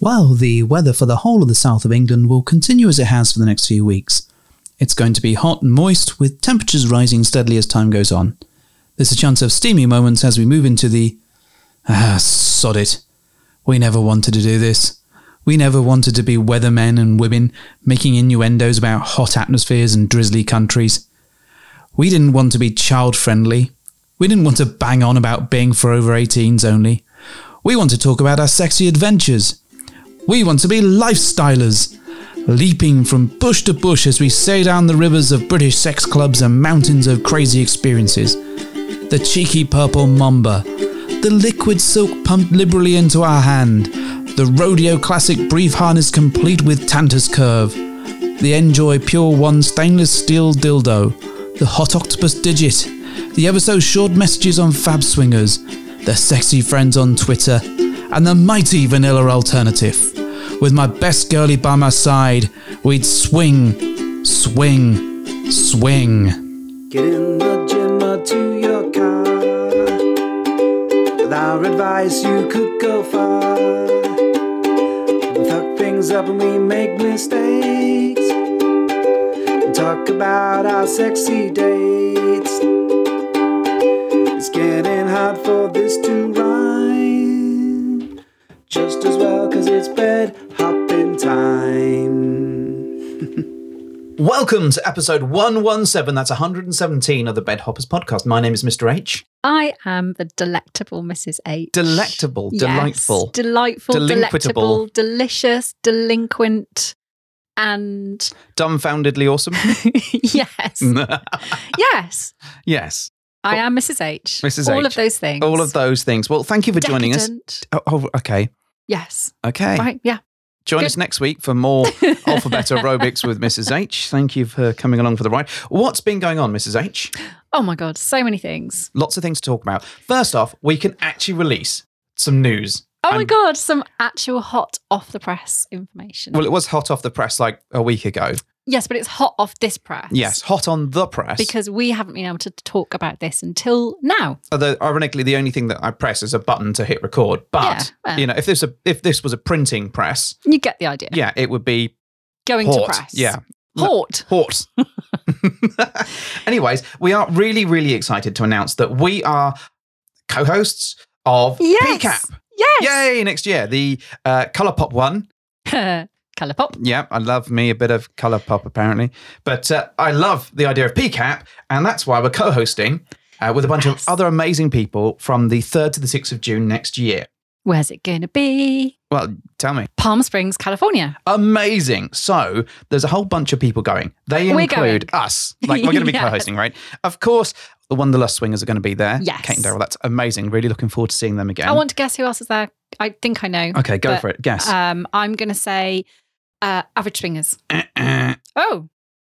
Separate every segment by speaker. Speaker 1: Well, the weather for the whole of the south of England will continue as it has for the next few weeks. It's going to be hot and moist, with temperatures rising steadily as time goes on. There's a chance of steamy moments as we move into the. Ah, sod it. We never wanted to do this. We never wanted to be weathermen and women making innuendos about hot atmospheres and drizzly countries. We didn't want to be child friendly. We didn't want to bang on about being for over 18s only. We want to talk about our sexy adventures. We want to be lifestylers, leaping from bush to bush as we sail down the rivers of British sex clubs and mountains of crazy experiences. The cheeky purple mamba, the liquid silk pumped liberally into our hand, the rodeo classic brief harness complete with Tantus curve, the Enjoy Pure One stainless steel dildo, the Hot Octopus Digit, the ever so short messages on Fab Swingers, the sexy friends on Twitter, and the mighty vanilla alternative. With my best girlie by my side, we'd swing, swing, swing.
Speaker 2: Get in the gym or to your car. With our advice, you could go far. We fuck things up and we make mistakes. And talk about our sexy dates. It's getting hard for this to rhyme. Just as well, cause it's bed hopping time.
Speaker 1: Welcome to episode 117, that's 117 of the Bed Hoppers podcast. My name is Mr. H.
Speaker 3: I am the delectable Mrs. H.
Speaker 1: Delectable,
Speaker 3: Yes.
Speaker 1: delightful,
Speaker 3: Delightful,
Speaker 1: Delinquitable.
Speaker 3: delectable, delicious, delinquent, and
Speaker 1: dumbfoundedly awesome.
Speaker 3: yes.
Speaker 1: Mm.
Speaker 3: yes,
Speaker 1: yes,
Speaker 3: I am Mrs. H.
Speaker 1: Mrs.
Speaker 3: All
Speaker 1: Oh. H.
Speaker 3: of those things.
Speaker 1: all of those things. Well, thank you for joining us.
Speaker 3: Decadent.
Speaker 1: Oh, oh, okay,
Speaker 3: Yes.
Speaker 1: okay.
Speaker 3: Right. Yeah.
Speaker 1: Join
Speaker 3: Good.
Speaker 1: us next week for more alphabet aerobics with Mrs. H. Thank you for coming along for the ride. What's been going on, Mrs. H?
Speaker 3: Oh my God. So many things.
Speaker 1: Lots of things to talk about. First off, we can actually release some news.
Speaker 3: Oh my
Speaker 1: I'm-
Speaker 3: God. Some actual hot off the press information.
Speaker 1: Well, it was hot off the press like a week ago.
Speaker 3: yes, but it's hot off this press.
Speaker 1: Yes, hot on the press.
Speaker 3: Because we haven't been able to talk about this until now.
Speaker 1: although ironically, the only thing that I press is a button to hit record. But
Speaker 3: Yeah, well.
Speaker 1: you know, if this a, if this was a printing press,
Speaker 3: You get the idea.
Speaker 1: yeah, it would be
Speaker 3: Going to
Speaker 1: hot.
Speaker 3: press.
Speaker 1: Yeah,
Speaker 3: Hot.
Speaker 1: Hort. Anyways, we are really, really excited to announce that we are co hosts of
Speaker 3: Yes.
Speaker 1: PCAP.
Speaker 3: Yes.
Speaker 1: Yay, next year. The uh, Colourpop one.
Speaker 3: Colour pop.
Speaker 1: Yeah, I love me a bit of Colourpop, apparently. But uh, I love the idea of PCAP, and that's why we're co hosting uh, with a bunch
Speaker 3: Yes.
Speaker 1: of other amazing people from the 3rd to the 6th of June next year.
Speaker 3: Where's it going to be?
Speaker 1: Well, tell me.
Speaker 3: Palm Springs, California.
Speaker 1: Amazing. So there's a whole bunch of people going. They
Speaker 3: We're
Speaker 1: include us. Like we're going to be
Speaker 3: Yes.
Speaker 1: co-hosting, right? Of course, the Wonderlust Swingers are going to be there.
Speaker 3: Yes.
Speaker 1: Kate and Daryl. That's amazing. Really looking forward to seeing them again.
Speaker 3: I want to guess who else is there. I think I know.
Speaker 1: okay, go
Speaker 3: but,
Speaker 1: for it. Guess.
Speaker 3: Um, I'm going to say uh, Average Swingers.
Speaker 1: Uh-uh.
Speaker 3: Oh,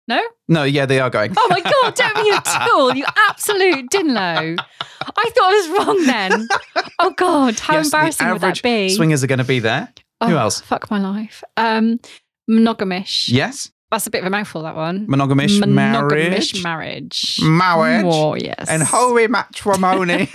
Speaker 3: no?
Speaker 1: no, yeah, they are going.
Speaker 3: Oh my God, don't mean at all. You absolute dinlo. I thought I was wrong then. Oh God, how
Speaker 1: Yes, the
Speaker 3: embarrassing would
Speaker 1: average
Speaker 3: that be?
Speaker 1: Swingers are going to be there.
Speaker 3: oh,
Speaker 1: who else?
Speaker 3: Fuck my life. Um, monogamish.
Speaker 1: Yes.
Speaker 3: That's a bit of a mouthful, that one.
Speaker 1: Monogamish,
Speaker 3: Monogamish
Speaker 1: marriage.
Speaker 3: marriage.
Speaker 1: Marriage.
Speaker 3: Oh, yes.
Speaker 1: and holy matrimony.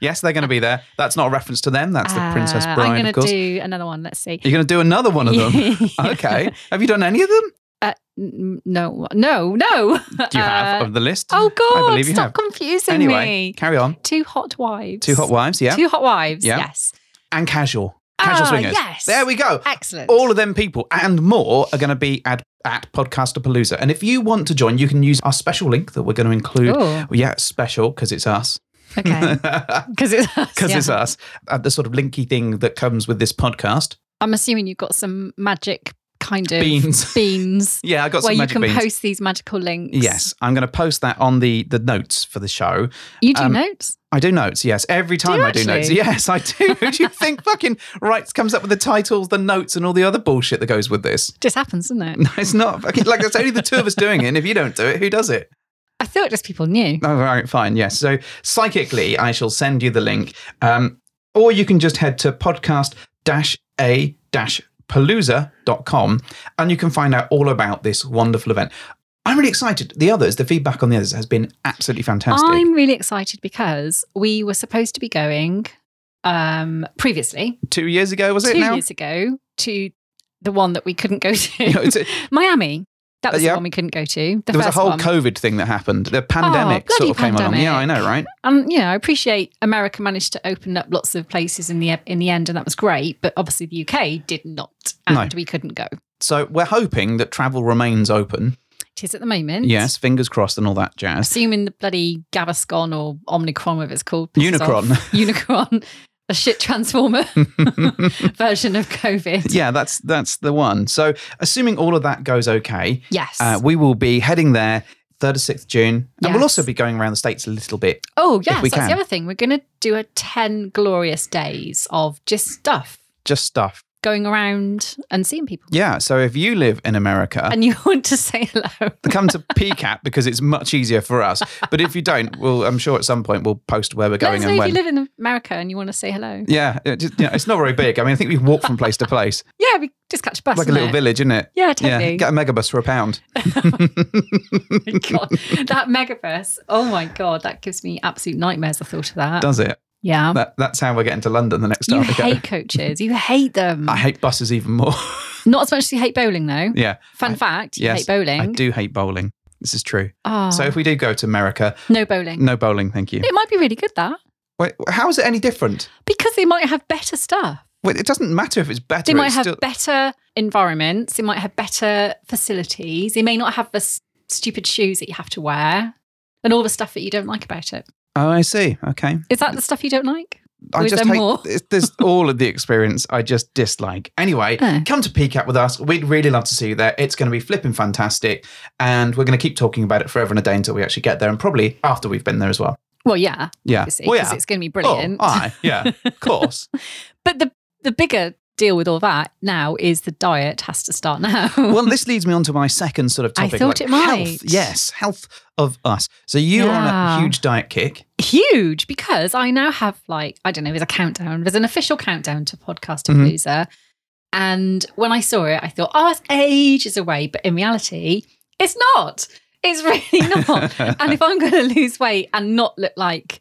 Speaker 1: yes, they're going to be there. That's not a reference to them. That's the Princess
Speaker 3: Uh,
Speaker 1: Bride,
Speaker 3: I'm
Speaker 1: of
Speaker 3: going to
Speaker 1: course.
Speaker 3: do another one. Let's see.
Speaker 1: You're going to do another one of them. Okay. Have you done any of them?
Speaker 3: Uh, n- no, no, no.
Speaker 1: Do you have
Speaker 3: Uh,
Speaker 1: of the list?
Speaker 3: oh God!
Speaker 1: I believe you
Speaker 3: stop
Speaker 1: have.
Speaker 3: confusing
Speaker 1: Anyway,
Speaker 3: me.
Speaker 1: carry on.
Speaker 3: Two hot wives.
Speaker 1: Two hot wives, yeah,
Speaker 3: Two hot wives.
Speaker 1: Yeah.
Speaker 3: Yes.
Speaker 1: and casual, casual
Speaker 3: Ah,
Speaker 1: swingers.
Speaker 3: yes.
Speaker 1: There we go.
Speaker 3: Excellent.
Speaker 1: All of them people and more are going to be at at Podcasterpalooza. And if you want to join, you can use our special link that we're going to include.
Speaker 3: Ooh,
Speaker 1: Well, yeah, it's special because it's us.
Speaker 3: okay.
Speaker 1: Because
Speaker 3: Because it's us, yeah.
Speaker 1: it's us. Uh, the sort of linky thing that comes with this podcast.
Speaker 3: I'm assuming you've got some magic kind of
Speaker 1: Beans.
Speaker 3: beans
Speaker 1: Yeah, I got
Speaker 3: where
Speaker 1: some
Speaker 3: you
Speaker 1: magic
Speaker 3: can
Speaker 1: beans.
Speaker 3: post these magical links.
Speaker 1: Yes, I'm going to post that on the the notes for the show.
Speaker 3: You do
Speaker 1: Um,
Speaker 3: notes.
Speaker 1: I do notes, yes. Every time
Speaker 3: you
Speaker 1: I do notes.
Speaker 3: actually?
Speaker 1: Yes, I do. do you think fucking rights comes up with the titles, the notes, and all the other bullshit that goes with this?
Speaker 3: Just happens, doesn't it?
Speaker 1: No, it's not. Fucking, like, it's only the two of us doing it. And if you don't do it, who does it?
Speaker 3: I thought just people knew.
Speaker 1: All right, fine. Yes. So, psychically, I shall send you the link. Um, or you can just head to podcast a palooza.com and you can find out all about this wonderful event. I'm really excited. The others, the feedback on the others has been absolutely fantastic.
Speaker 3: I'm really excited because we were supposed to be going um previously
Speaker 1: two years ago, was it
Speaker 3: two
Speaker 1: now?
Speaker 3: years ago to the one that we couldn't go to.
Speaker 1: You know, it's a-
Speaker 3: Miami. That
Speaker 1: Uh,
Speaker 3: was
Speaker 1: yeah.
Speaker 3: the one we couldn't go to. The
Speaker 1: there was a
Speaker 3: first
Speaker 1: whole
Speaker 3: one. Oh,
Speaker 1: COVID thing that happened. The pandemic
Speaker 3: bloody
Speaker 1: sort of came along. Yeah, I
Speaker 3: pandemic.
Speaker 1: know, right?
Speaker 3: um, you know, I appreciate America managed to open up lots of places in the e, in the end, and that was great. But obviously, the UK did not, and
Speaker 1: No.
Speaker 3: we couldn't go.
Speaker 1: So we're hoping that travel remains open.
Speaker 3: It is at the moment.
Speaker 1: Yes, fingers crossed and all that jazz.
Speaker 3: Assuming the bloody Gaviscon or Omnicron, whatever it's called, pisses off.
Speaker 1: Unicron.
Speaker 3: Unicron, a shit transformer version of COVID.
Speaker 1: yeah, that's that's the one. So assuming all of that goes okay,
Speaker 3: Yes.
Speaker 1: uh, we will be heading there. 3rd to 6th June. And we'll
Speaker 3: Yes.
Speaker 1: also be going around the States a little bit.
Speaker 3: oh, yes.
Speaker 1: we
Speaker 3: That's the
Speaker 1: can.
Speaker 3: other thing. We're going to do a 10 glorious days of just stuff
Speaker 1: Just stuff.
Speaker 3: going around and seeing people.
Speaker 1: Yeah. So if you live in America,
Speaker 3: And you want to say hello.
Speaker 1: come to PCAP because it's much easier for us. But if you don't, we'll I'm sure at some point we'll post where we're
Speaker 3: Let us
Speaker 1: going
Speaker 3: know
Speaker 1: and
Speaker 3: if
Speaker 1: when.
Speaker 3: you live in America and you want to say hello.
Speaker 1: yeah, it just- you know, it's not very big. I mean, I think we can walk from place to place.
Speaker 3: Yeah, we just catch a
Speaker 1: It's
Speaker 3: bus.
Speaker 1: like a
Speaker 3: isn't
Speaker 1: little
Speaker 3: it?
Speaker 1: village, isn't it?
Speaker 3: Yeah,
Speaker 1: Yeah,
Speaker 3: totally.
Speaker 1: get a megabus for a pound.
Speaker 3: God, that megaverse. Oh my God, that gives me absolute nightmares. The thought of that.
Speaker 1: Does it?
Speaker 3: yeah.
Speaker 1: That, that's how we're getting to London the next
Speaker 3: You
Speaker 1: time we go.
Speaker 3: hate coaches. You hate them.
Speaker 1: I hate buses even more.
Speaker 3: Not as much as you hate bowling, though.
Speaker 1: yeah.
Speaker 3: Fun
Speaker 1: I-
Speaker 3: fact, you
Speaker 1: yes,
Speaker 3: hate bowling.
Speaker 1: I do hate bowling. This is true.
Speaker 3: Oh,
Speaker 1: So if we do go to America,
Speaker 3: no bowling.
Speaker 1: no bowling, thank you.
Speaker 3: It might be really good, that.
Speaker 1: Wait, how is it any different?
Speaker 3: Because they might have better stuff.
Speaker 1: Wait, it doesn't matter if it's better.
Speaker 3: They might
Speaker 1: it's
Speaker 3: have
Speaker 1: still-
Speaker 3: better environments. They might have better facilities. They may not have the s- stupid shoes that you have to wear and all the stuff that you don't like about it.
Speaker 1: oh, I see. Okay.
Speaker 3: Is that the stuff you don't like?
Speaker 1: I
Speaker 3: Or is
Speaker 1: just
Speaker 3: there
Speaker 1: hate
Speaker 3: more?
Speaker 1: it's- there's all of the experience I just dislike. Anyway,
Speaker 3: Oh.
Speaker 1: come to PCAP with us. We'd really love to see you there. It's going to be flipping fantastic. And we're going to keep talking about it forever and a day until we actually get there and probably after we've been there as well.
Speaker 3: Well, yeah,
Speaker 1: Yeah.
Speaker 3: obviously,
Speaker 1: Uh, Well,
Speaker 3: because
Speaker 1: yeah.
Speaker 3: it's going to be
Speaker 1: Oh,
Speaker 3: brilliant.
Speaker 1: aye. Yeah. Of course.
Speaker 3: But the the bigger deal with all that now is the diet has to start now.
Speaker 1: well, this leads me on to my second sort of
Speaker 3: I
Speaker 1: topic.
Speaker 3: thought it might.
Speaker 1: Health. Yes. Health of us. So you are on
Speaker 3: Yeah.
Speaker 1: a huge diet kick.
Speaker 3: Huge because I now have like I don't know. There's a countdown. There's an official countdown to Podcastapalooza, and when I saw it, I thought, oh, it's ages away. But in reality, it's not. It's really not. and if I'm going to lose weight and not look like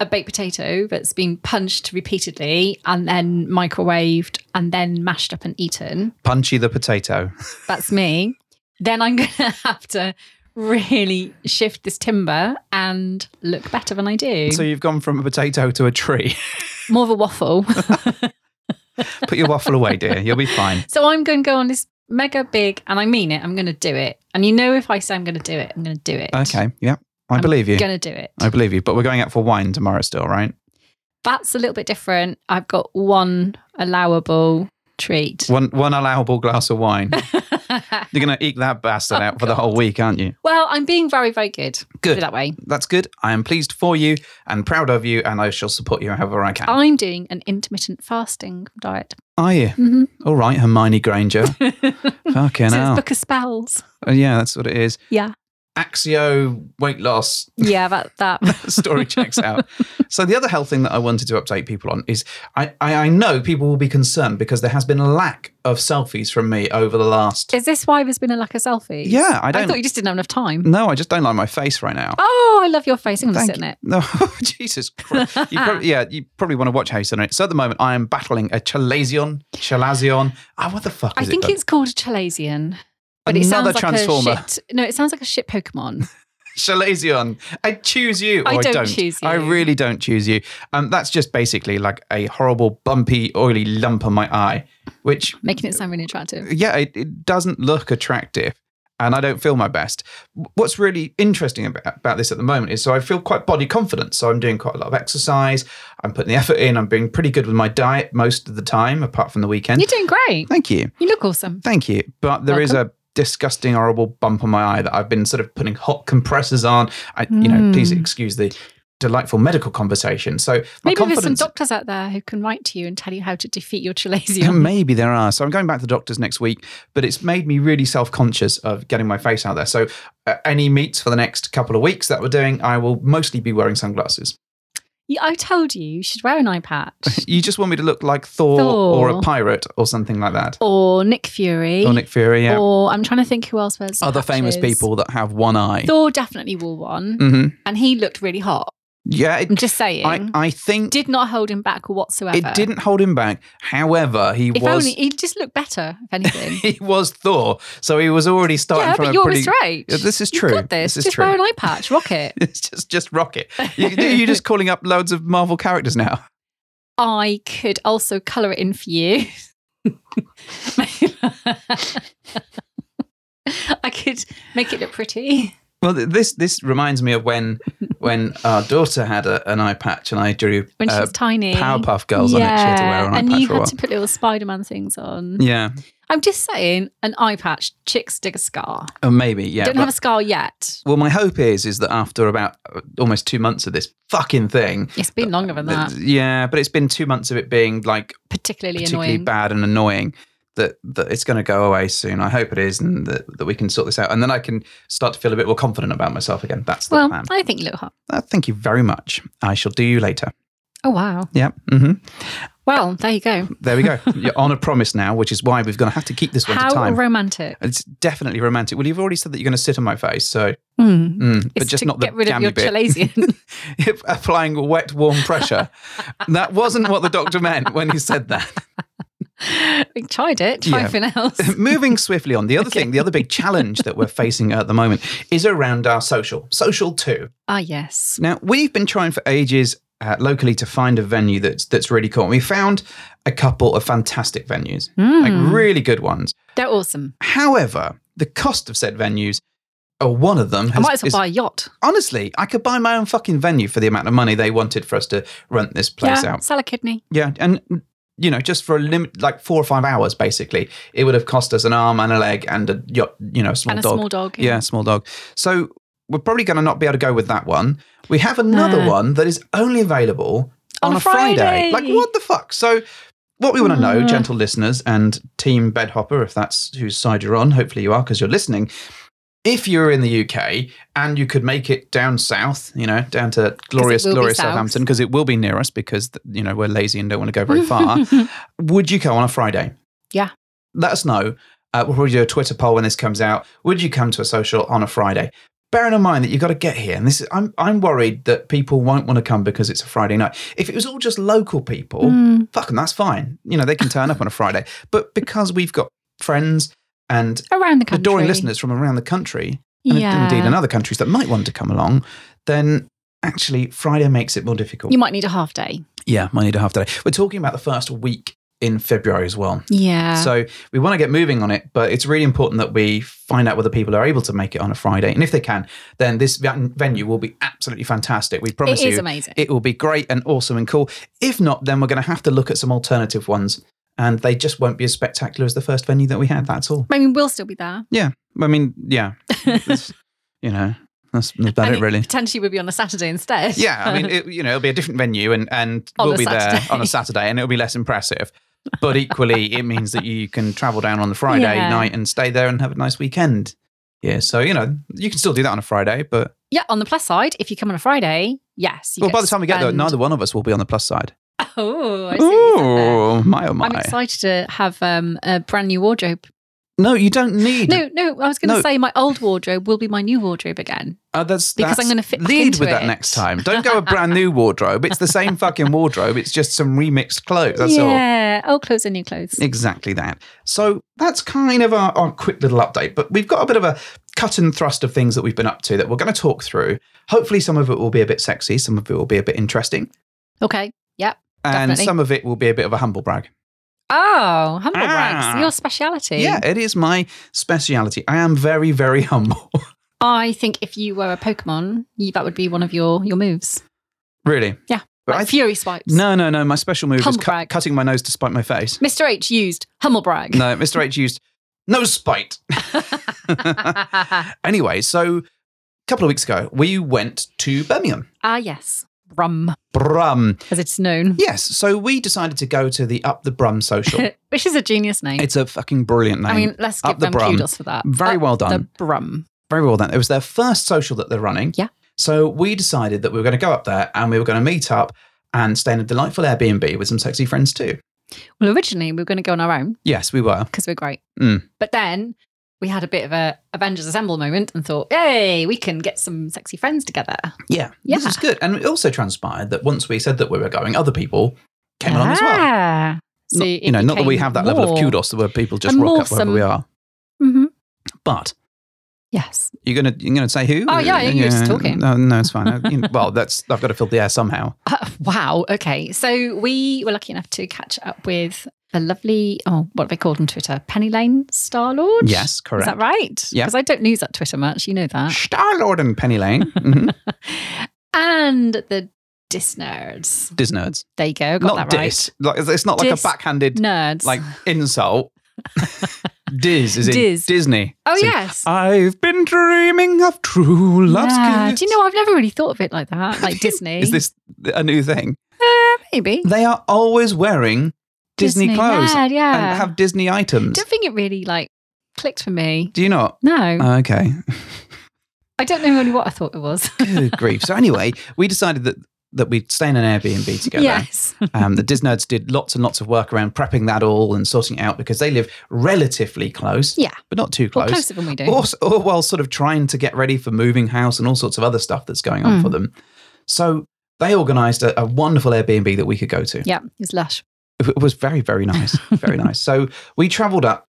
Speaker 3: a baked potato that's been punched repeatedly and then microwaved and then mashed up and eaten,
Speaker 1: Punchy the potato.
Speaker 3: that's me, then I'm going to have to really shift this timber and look better than I do.
Speaker 1: So you've gone from a potato to a tree.
Speaker 3: More of a waffle.
Speaker 1: Put your waffle away, dear. You'll be fine.
Speaker 3: so I'm going to go on this mega big, and I mean it, I'm going to do it. And you know, if I say I'm going to do it, I'm going to do it.
Speaker 1: Okay. Yeah. I
Speaker 3: I'm
Speaker 1: believe you.
Speaker 3: Going to do it.
Speaker 1: I believe you. But we're going out for wine tomorrow still, right?
Speaker 3: That's a little bit different. I've got one allowable treat.
Speaker 1: One one allowable glass of wine. You're gonna eke that bastard
Speaker 3: Oh,
Speaker 1: out for the whole week, aren't you?
Speaker 3: well, I'm being very, very good. Put it
Speaker 1: Good.
Speaker 3: that way.
Speaker 1: That's good. I am pleased for you and proud of you, and I shall support you however I can.
Speaker 3: I'm doing an intermittent fasting diet.
Speaker 1: Are you?
Speaker 3: Mhm.
Speaker 1: All right, Hermione Granger. Fucking
Speaker 3: So it's
Speaker 1: hell.
Speaker 3: book of spells.
Speaker 1: Uh, yeah, that's what it is.
Speaker 3: Yeah.
Speaker 1: Axio weight loss
Speaker 3: Yeah, that that.
Speaker 1: story checks out. So the other health thing that I wanted to update people on is I, I, I know people will be concerned because there has been a lack of selfies from me over the last
Speaker 3: Is this why there's been a lack of selfies?
Speaker 1: Yeah, I
Speaker 3: I,
Speaker 1: don't Mm.
Speaker 3: thought you just didn't have enough time.
Speaker 1: No, I just don't like my face right now.
Speaker 3: Oh, I love your face. I'm going to sit in it.
Speaker 1: No, Jesus Christ. You prob- yeah, you probably want to watch How You Sit on It. So at the moment, I am battling a chalazion. Chalazion. Ah, what the fuck
Speaker 3: I
Speaker 1: is
Speaker 3: think
Speaker 1: it?
Speaker 3: it's called a Chalasian. But it
Speaker 1: Another
Speaker 3: sounds like
Speaker 1: Transformer.
Speaker 3: a shit. No, it sounds like a shit Pokemon.
Speaker 1: Chalazion. I choose you. Or
Speaker 3: I
Speaker 1: I,
Speaker 3: don't choose
Speaker 1: I
Speaker 3: you.
Speaker 1: really don't choose you. Um, that's just basically like a horrible, bumpy, oily lump on my eye, which,
Speaker 3: Making it sound really attractive.
Speaker 1: yeah, it, it doesn't look attractive. And I don't feel my best. What's really interesting about, about this at the moment is so I feel quite body confident. So I'm doing quite a lot of exercise. I'm putting the effort in. I'm being pretty good with my diet most of the time, apart from the weekend.
Speaker 3: You're doing great.
Speaker 1: Thank you.
Speaker 3: You look awesome.
Speaker 1: Thank you. But there is a disgusting, horrible bump on my eye that I've been sort of putting hot compressors on. I, You know,
Speaker 3: Hmm.
Speaker 1: please excuse the delightful medical conversation. So my
Speaker 3: Maybe there's some
Speaker 1: confidence.
Speaker 3: doctors out there who can write to you and tell you how to defeat your
Speaker 1: Yeah,
Speaker 3: Chalasian.
Speaker 1: maybe there are. So I'm going back to the doctors next week, but it's made me really self-conscious of getting my face out there. So uh, any meets for the next couple of weeks that we're doing, I will mostly be wearing sunglasses.
Speaker 3: Yeah, I told you you should wear an eye patch
Speaker 1: You just want me to look like Thor,
Speaker 3: Thor.
Speaker 1: or a pirate or something like that,
Speaker 3: or Nick Fury.
Speaker 1: or Nick Fury, yeah.
Speaker 3: Or I'm trying to think who else wears
Speaker 1: other famous
Speaker 3: patches.
Speaker 1: people that have one eye.
Speaker 3: Thor definitely wore one
Speaker 1: hmm
Speaker 3: and he looked really hot.
Speaker 1: Yeah, it,
Speaker 3: I'm just saying.
Speaker 1: I, I think
Speaker 3: did not hold him back whatsoever.
Speaker 1: it didn't hold him back. However, he
Speaker 3: If
Speaker 1: was
Speaker 3: only he just looked better, if anything.
Speaker 1: he was Thor, so he was already starting
Speaker 3: yeah,
Speaker 1: from
Speaker 3: but
Speaker 1: a
Speaker 3: you're
Speaker 1: pretty.
Speaker 3: straight.
Speaker 1: Yeah, This is
Speaker 3: You've
Speaker 1: true.
Speaker 3: got this.
Speaker 1: is
Speaker 3: just
Speaker 1: true.
Speaker 3: wear an eye patch. Rocket.
Speaker 1: it's just just rocket. You, you're just calling up loads of Marvel characters now.
Speaker 3: I could also colour it in for you. I could make it look pretty.
Speaker 1: Well, th- this this reminds me of when when our daughter had a, an eye patch, and I drew
Speaker 3: When she
Speaker 1: uh,
Speaker 3: was tiny.
Speaker 1: Powerpuff Girls on it. She had to wear an eye
Speaker 3: and
Speaker 1: patch
Speaker 3: you
Speaker 1: for a
Speaker 3: had
Speaker 1: while.
Speaker 3: to put little Spider Man things on.
Speaker 1: Yeah,
Speaker 3: I'm just saying, an eye patch, chicks dig a scar.
Speaker 1: or Oh, maybe yeah.
Speaker 3: Don't
Speaker 1: but-
Speaker 3: have a scar yet.
Speaker 1: well, my hope is is that after about uh, almost two months of this fucking thing.
Speaker 3: It's been longer than
Speaker 1: th-
Speaker 3: that.
Speaker 1: Yeah, but it's been two months of it being like
Speaker 3: Particularly,
Speaker 1: particularly
Speaker 3: annoying.
Speaker 1: bad and annoying that that it's going to go away soon. I hope it is, and that, that we can sort this out, and then I can start to feel a bit more confident about myself again. That's the
Speaker 3: Well,
Speaker 1: plan.
Speaker 3: I think you look hot.
Speaker 1: Uh, thank you very much. I shall do you later.
Speaker 3: Oh wow.
Speaker 1: Yeah. hmm
Speaker 3: Well, there you go.
Speaker 1: There we go. You're on a promise now, which is why we're going to have to keep this one
Speaker 3: How
Speaker 1: to time.
Speaker 3: romantic.
Speaker 1: it's definitely romantic. Well, you've already said that you're going to sit on my face, so
Speaker 3: Mm.
Speaker 1: mm, but
Speaker 3: It's
Speaker 1: just
Speaker 3: to
Speaker 1: not the
Speaker 3: get rid of
Speaker 1: gammy
Speaker 3: your
Speaker 1: bit.
Speaker 3: chalazion.
Speaker 1: Applying wet, warm pressure. that wasn't what the doctor meant when he said that.
Speaker 3: we tried it. Try
Speaker 1: Yeah.
Speaker 3: everything else.
Speaker 1: Moving swiftly on, the other thing, the other big challenge that we're facing at the moment is around our social, social too.
Speaker 3: ah yes.
Speaker 1: Now, we've been trying for ages uh, locally to find a venue that's that's really cool. And we found a couple of fantastic venues,
Speaker 3: Mm.
Speaker 1: like really good ones.
Speaker 3: They're awesome.
Speaker 1: However, the cost of said venues, or one of them,
Speaker 3: I
Speaker 1: has,
Speaker 3: might as well
Speaker 1: is-
Speaker 3: buy a yacht.
Speaker 1: honestly, I could buy my own fucking venue for the amount of money they wanted for us to rent this place
Speaker 3: yeah,
Speaker 1: out.
Speaker 3: sell a kidney.
Speaker 1: Yeah, and you know, just for a limit, like four or five hours, basically, it would have cost us an arm and a leg and a yo- you know small
Speaker 3: and a
Speaker 1: dog.
Speaker 3: small dog.
Speaker 1: yeah, small dog. So we're probably going to not be able to go with that one. We have another
Speaker 3: No.
Speaker 1: one that is only available on,
Speaker 3: On
Speaker 1: a Friday.
Speaker 3: Friday.
Speaker 1: Like what the fuck? So. What we want to know,
Speaker 3: Ah.
Speaker 1: gentle listeners and Team Bedhopper, if that's whose side you're on, hopefully you are because you're listening. If you're in the UK and you could make it down south, you know, down to glorious,
Speaker 3: will be
Speaker 1: glorious
Speaker 3: south.
Speaker 1: Southampton, because it will be near us because, you know, we're lazy and don't want to go very far, would you go on a Friday?
Speaker 3: Yeah.
Speaker 1: Let us know. Uh, we'll probably do a Twitter poll when this comes out. Would you come to a social on a Friday? Bearing in mind that you've got to get here, and this is, I'm I'm worried that people won't want to come because it's a Friday night. If it was all just local people,
Speaker 3: Mm.
Speaker 1: fuck 'em, that's fine. You know, they can turn up on a Friday. But because we've got friends and
Speaker 3: Around the country.
Speaker 1: adoring listeners from around the country, and
Speaker 3: Yeah.
Speaker 1: indeed in other countries that might want to come along, then actually Friday makes it more difficult.
Speaker 3: You might need a half day.
Speaker 1: yeah, might need a half day. We're talking about the first week in February as well.
Speaker 3: Yeah.
Speaker 1: So we want to get moving on it, but it's really important that we find out whether people are able to make it on a Friday. And if they can, then this ven- venue will be absolutely fantastic. We promise
Speaker 3: it is
Speaker 1: you.
Speaker 3: amazing.
Speaker 1: It will be great and awesome and cool. If not, then we're going to have to look at some alternative ones, and they just won't be as spectacular as the first venue that we had. That's all.
Speaker 3: I mean, we'll still be there.
Speaker 1: Yeah, I mean, yeah, It's- you know, that's, that's about
Speaker 3: And
Speaker 1: it, really.
Speaker 3: Potentially, we'll be on a Saturday instead.
Speaker 1: Yeah, I mean, it, you know, it'll be a different venue, and and
Speaker 3: On
Speaker 1: we'll
Speaker 3: a
Speaker 1: be
Speaker 3: Saturday.
Speaker 1: there on a Saturday, and it'll be less impressive. But equally, it means that you can travel down on the Friday
Speaker 3: Yeah.
Speaker 1: night and stay there and have a nice weekend. Yeah, so you know, you can still do that on a Friday, but
Speaker 3: yeah. On the plus side, if you come on a Friday, yes. you
Speaker 1: well,
Speaker 3: get
Speaker 1: by
Speaker 3: to
Speaker 1: the time we get there,
Speaker 3: spend-
Speaker 1: neither one of us will be on the plus side.
Speaker 3: Oh, I see what you said there.
Speaker 1: Oh my, oh
Speaker 3: I'm
Speaker 1: my!
Speaker 3: excited to have um, a brand new wardrobe.
Speaker 1: No, you don't need.
Speaker 3: No, no, I was going to
Speaker 1: No.
Speaker 3: say my old wardrobe will be my new wardrobe again.
Speaker 1: Uh, that's
Speaker 3: Because
Speaker 1: that's-
Speaker 3: I'm gonna fit back
Speaker 1: lead
Speaker 3: into
Speaker 1: with that
Speaker 3: it.
Speaker 1: next time. Don't go a brand new wardrobe. It's the same fucking wardrobe. It's just some remixed clothes. That's all.
Speaker 3: yeah, old clothes and new clothes.
Speaker 1: Exactly that. So that's kind of our, our quick little update, but we've got a bit of a cut and thrust of things that we've been up to that we're going to talk through. Hopefully, some of it will be a bit sexy, some of it will be a bit interesting,
Speaker 3: Okay. Yep.
Speaker 1: and
Speaker 3: Definitely.
Speaker 1: some of it will be a bit of a humble brag.
Speaker 3: Oh, humble brags,
Speaker 1: Ah.
Speaker 3: your speciality.
Speaker 1: Yeah, it is my speciality. I am very, very humble.
Speaker 3: I think if you were a Pokemon, you, that would be one of your your moves.
Speaker 1: really?
Speaker 3: Yeah,
Speaker 1: But
Speaker 3: Like
Speaker 1: I
Speaker 3: Fury swipes.
Speaker 1: no, no, no. My special move
Speaker 3: Humble
Speaker 1: is cut
Speaker 3: brag.
Speaker 1: cutting my nose to spite my face.
Speaker 3: Mr. H used humble brag.
Speaker 1: No, Mr. H used no spite.
Speaker 3: ah
Speaker 1: anyway, so a couple of weeks ago, we went to Birmingham.
Speaker 3: Ah, yes, Brum,
Speaker 1: Brum.
Speaker 3: as it's known,
Speaker 1: Yes, so we decided to go to the Up the Brum social.
Speaker 3: which is a genius name.
Speaker 1: it's a fucking brilliant name.
Speaker 3: I mean, let's
Speaker 1: Up
Speaker 3: give
Speaker 1: the
Speaker 3: them
Speaker 1: Brum.
Speaker 3: kudos for that.
Speaker 1: Very
Speaker 3: Up
Speaker 1: well
Speaker 3: The
Speaker 1: done.
Speaker 3: Brum.
Speaker 1: Very well done. It was their first social that they're running.
Speaker 3: Yeah.
Speaker 1: So we decided that we were going to go up there and we were going to meet up and stay in a delightful Airbnb with some sexy friends too.
Speaker 3: Well, originally we were going to go on our own
Speaker 1: Yes, we were.
Speaker 3: because we're great,
Speaker 1: Mm.
Speaker 3: but then we had a bit of a Avengers Assemble moment and thought, hey, we can get some sexy friends together.
Speaker 1: Yeah, this
Speaker 3: Yeah.
Speaker 1: is good. And it also transpired that once we said that we were going, other people came along as well.
Speaker 3: Yeah. So
Speaker 1: Not-
Speaker 3: Ah, it
Speaker 1: you know, not that we
Speaker 3: became
Speaker 1: have that level of
Speaker 3: more-
Speaker 1: kudos where people just
Speaker 3: and
Speaker 1: rock
Speaker 3: more
Speaker 1: up wherever we are.
Speaker 3: Mhm.
Speaker 1: But
Speaker 3: Yes.
Speaker 1: you're gonna you're gonna say who?
Speaker 3: Oh, yeah, you're just talking.
Speaker 1: No, no, it's fine. I- you know, well, that's I've got to fill the air somehow.
Speaker 3: Uh, wow. Okay. So we were lucky enough to catch up with a lovely, oh, what are they called on Twitter? Penny Lane Star Lord?
Speaker 1: Yes,
Speaker 3: Is
Speaker 1: correct.
Speaker 3: that right?
Speaker 1: Yeah.
Speaker 3: Because I don't use that Twitter much. You know that.
Speaker 1: Star Lord and Penny Lane, mm-hmm.
Speaker 3: And the Dis Nerds.
Speaker 1: dis nerds,
Speaker 3: There you go. Got
Speaker 1: not
Speaker 3: that right.
Speaker 1: dis. Like, it's- it's not like
Speaker 3: Dis-
Speaker 1: a backhanded
Speaker 3: Nerds.
Speaker 1: like insult. Diz is in
Speaker 3: Diz.
Speaker 1: Disney.
Speaker 3: oh,
Speaker 1: So,
Speaker 3: yes.
Speaker 1: I've been dreaming of true love's
Speaker 3: Yeah.
Speaker 1: kiss.
Speaker 3: Do you know, I've never really thought of it like that, like Disney.
Speaker 1: Is this a new thing?
Speaker 3: Uh, maybe.
Speaker 1: They are always wearing Disney, clothes
Speaker 3: Yeah, yeah.
Speaker 1: and have Disney items.
Speaker 3: don't think it really like clicked for me.
Speaker 1: Do you not?
Speaker 3: No.
Speaker 1: Okay.
Speaker 3: I don't know really what I thought it was.
Speaker 1: Good grief. So anyway, we decided that that we'd stay in an Airbnb together.
Speaker 3: yes.
Speaker 1: Um, the Disnerds did lots and lots of work around prepping that all and sorting it out because they live relatively close.
Speaker 3: Yeah.
Speaker 1: But not too
Speaker 3: Well,
Speaker 1: close. Oh.
Speaker 3: closer than we do.
Speaker 1: Also, all while sort of trying to get ready for moving house and all sorts of other stuff that's going on
Speaker 3: Mm.
Speaker 1: for them. So they organised a, a wonderful Airbnb that we could go to.
Speaker 3: Yeah, it's lush.
Speaker 1: It was very, very nice. very nice. So we travelled up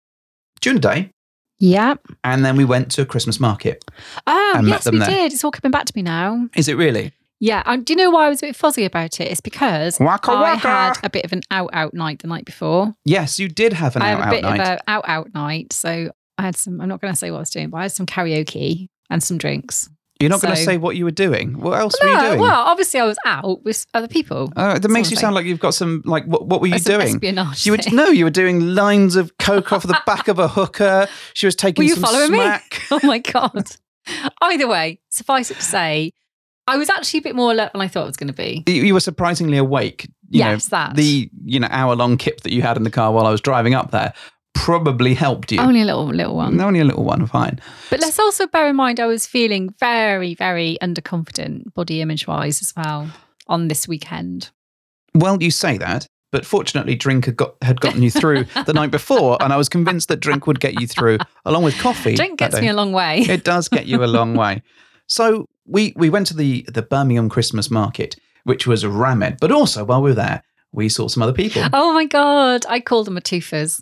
Speaker 1: during the day
Speaker 3: Yeah.
Speaker 1: and then we went to a Christmas market.
Speaker 3: Oh,
Speaker 1: I met
Speaker 3: yes,
Speaker 1: them
Speaker 3: we
Speaker 1: there.
Speaker 3: did. It's all coming back to me now.
Speaker 1: Is it really?
Speaker 3: Yeah. Um, do you know why I was a bit fuzzy about it? It's because
Speaker 1: Waka
Speaker 3: I
Speaker 1: waka.
Speaker 3: had a bit of an out out night the night before.
Speaker 1: yes, you did have an
Speaker 3: I had
Speaker 1: out
Speaker 3: a bit
Speaker 1: out night.
Speaker 3: of an out out night. So I had some, I'm not going to say what I was doing, but I had some karaoke and some drinks.
Speaker 1: You're not going to
Speaker 3: so-
Speaker 1: say what you were doing. What else were you
Speaker 3: No,
Speaker 1: doing?
Speaker 3: well, obviously I was out with other people.
Speaker 1: Uh, that makes you
Speaker 3: something.
Speaker 1: sound like you've got some like what? What were you
Speaker 3: That's some
Speaker 1: doing?
Speaker 3: Espionage.
Speaker 1: You were
Speaker 3: thing.
Speaker 1: no, you were doing lines of coke off the back of a hooker. She was taking.
Speaker 3: Were you
Speaker 1: some
Speaker 3: following me?
Speaker 1: smack.
Speaker 3: oh my god. Either way, suffice it to say, I was actually a bit more alert than I thought I was going to be.
Speaker 1: You, you were surprisingly awake. You
Speaker 3: yes,
Speaker 1: know,
Speaker 3: that
Speaker 1: the you know hour long kip that you had in the car while I was driving up there probably helped you.
Speaker 3: only a little little one.
Speaker 1: Only a little one, fine.
Speaker 3: But let's also bear in mind I was feeling very very underconfident body image wise as well on this weekend.
Speaker 1: Well, you say that, but fortunately, drink had, got, had gotten you through the night before, and I was convinced that drink would get you through, along with coffee.
Speaker 3: Drink
Speaker 1: that
Speaker 3: gets
Speaker 1: day.
Speaker 3: me a long way.
Speaker 1: it does get you a long way. So we we went to the the Birmingham Christmas market, which was rammed. But also while we were there, we saw some other people.
Speaker 3: Oh my god! I call them a twofers,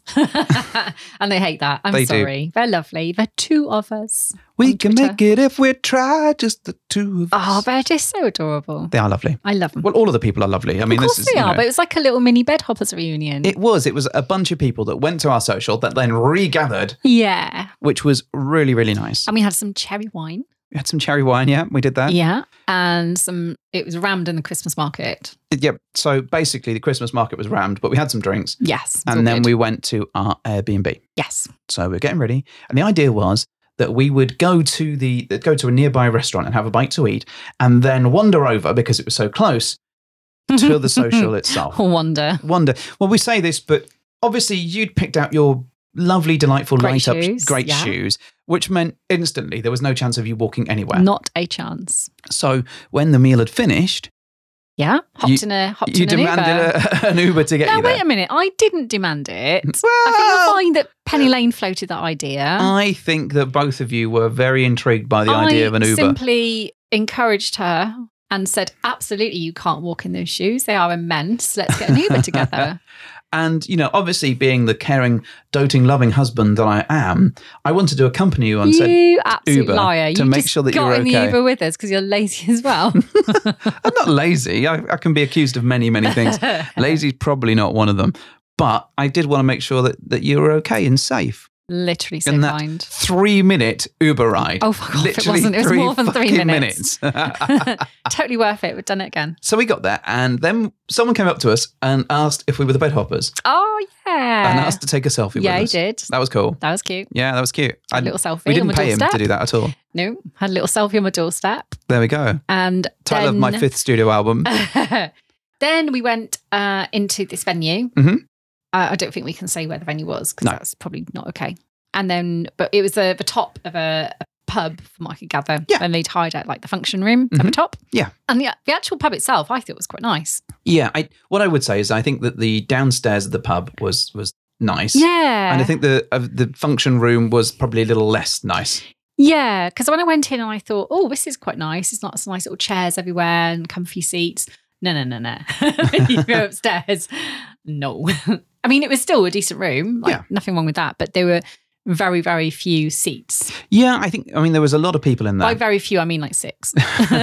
Speaker 3: and they hate that. I'm
Speaker 1: They do.
Speaker 3: sorry. They're lovely. They're two of us.
Speaker 1: we
Speaker 3: on
Speaker 1: can
Speaker 3: Twitter.
Speaker 1: make it if we try, just the two of
Speaker 3: Oh,
Speaker 1: us.
Speaker 3: they're just so adorable.
Speaker 1: They are lovely.
Speaker 3: I love them.
Speaker 1: Well, all of the people are lovely. I mean,
Speaker 3: of course
Speaker 1: this is
Speaker 3: they
Speaker 1: you
Speaker 3: are.
Speaker 1: know-
Speaker 3: but it was like a little mini bed hoppers reunion.
Speaker 1: it was it was a bunch of people that went to our social that then regathered,
Speaker 3: yeah,
Speaker 1: which was really really nice.
Speaker 3: and we had some cherry wine.
Speaker 1: We had some cherry wine, yeah, we did that.
Speaker 3: Um, Yeah, and some. It was rammed in the Christmas market.
Speaker 1: Yep. So basically, the Christmas market was rammed, but we had some drinks,
Speaker 3: Yes, it's all
Speaker 1: and then
Speaker 3: good.
Speaker 1: we went to our Airbnb.
Speaker 3: yes,
Speaker 1: So we're getting ready, and the idea was that we would go to the go to a nearby restaurant and have a bite to eat, and then wander over because it was so close to the social itself.
Speaker 3: Oh. wonder.
Speaker 1: Wander. Well, we say this, but obviously you'd picked out your lovely, delightful
Speaker 3: Great
Speaker 1: light
Speaker 3: shoes,
Speaker 1: up great
Speaker 3: yeah.
Speaker 1: shoes, which meant instantly there was no chance of you walking anywhere.
Speaker 3: Not a chance.
Speaker 1: So when the meal had finished,
Speaker 3: Yeah, hopped
Speaker 1: You-
Speaker 3: in a hopped
Speaker 1: you
Speaker 3: in an
Speaker 1: demanded
Speaker 3: Uber.
Speaker 1: a- an Uber to get
Speaker 3: now
Speaker 1: you
Speaker 3: wait
Speaker 1: there.
Speaker 3: a minute. I didn't demand it. I think
Speaker 1: Well,
Speaker 3: you'll find that Penny Lane floated that idea.
Speaker 1: I think that both of you were very intrigued by the idea of an
Speaker 3: I
Speaker 1: Uber.
Speaker 3: simply encouraged her and said, "Absolutely, you can't walk in those shoes. They are immense. Let's get an Uber together."
Speaker 1: And, you know, obviously being the caring, doting, loving husband that I am, I wanted to accompany you and said,
Speaker 3: you absolute
Speaker 1: Uber
Speaker 3: liar!
Speaker 1: to
Speaker 3: you
Speaker 1: make
Speaker 3: just
Speaker 1: sure that
Speaker 3: got
Speaker 1: you're
Speaker 3: in the
Speaker 1: okay.
Speaker 3: Uber with us because you're lazy as well.
Speaker 1: I'm not lazy. I, I can be accused of many, many things. Lazy's probably not one of them. But I did want to make sure that, that you were okay and safe.
Speaker 3: Literally so
Speaker 1: in that
Speaker 3: kind.
Speaker 1: three minute Uber ride.
Speaker 3: Oh, fuck off. It wasn't. It was more than three
Speaker 1: fucking
Speaker 3: minutes.
Speaker 1: minutes.
Speaker 3: totally worth it. We've done it again.
Speaker 1: so we got there, and then someone came up to us and asked if we were the bedhoppers
Speaker 3: Oh, yeah.
Speaker 1: and asked to take a selfie
Speaker 3: yeah,
Speaker 1: with
Speaker 3: he
Speaker 1: us.
Speaker 3: did.
Speaker 1: That was cool.
Speaker 3: That was cute.
Speaker 1: Yeah, that was cute.
Speaker 3: A
Speaker 1: I-
Speaker 3: little selfie.
Speaker 1: we didn't
Speaker 3: on my
Speaker 1: pay him
Speaker 3: doorstep.
Speaker 1: to do that at all.
Speaker 3: No, had a little selfie on my doorstep.
Speaker 1: There we go.
Speaker 3: And
Speaker 1: Title
Speaker 3: then,
Speaker 1: of my fifth studio album.
Speaker 3: then we went uh, into this venue.
Speaker 1: Mhm.
Speaker 3: Uh, I don't think we can say where the venue was because
Speaker 1: No.
Speaker 3: that's probably not okay. And then, but it was uh, the top of a, a pub, from what I could gather.
Speaker 1: Yeah.
Speaker 3: And they'd hired out like the function room at the
Speaker 1: Mhm.
Speaker 3: top.
Speaker 1: Yeah.
Speaker 3: And the, the actual pub itself, I thought was quite nice.
Speaker 1: Yeah, I, what I would say is I think that the downstairs of the pub was was nice.
Speaker 3: Yeah.
Speaker 1: And I think the uh, the function room was probably a little less nice.
Speaker 3: Yeah, because when I went in and I thought, oh, this is quite nice. It's not some nice little chairs everywhere and comfy seats. No, no, no, no. When you go upstairs. No. I mean, it was still a decent room. Like,
Speaker 1: Yeah.
Speaker 3: Nothing wrong with that. But there were very, very few seats.
Speaker 1: Yeah, I think. I mean, there was a lot of people in
Speaker 3: By
Speaker 1: there.
Speaker 3: very few, I mean like six.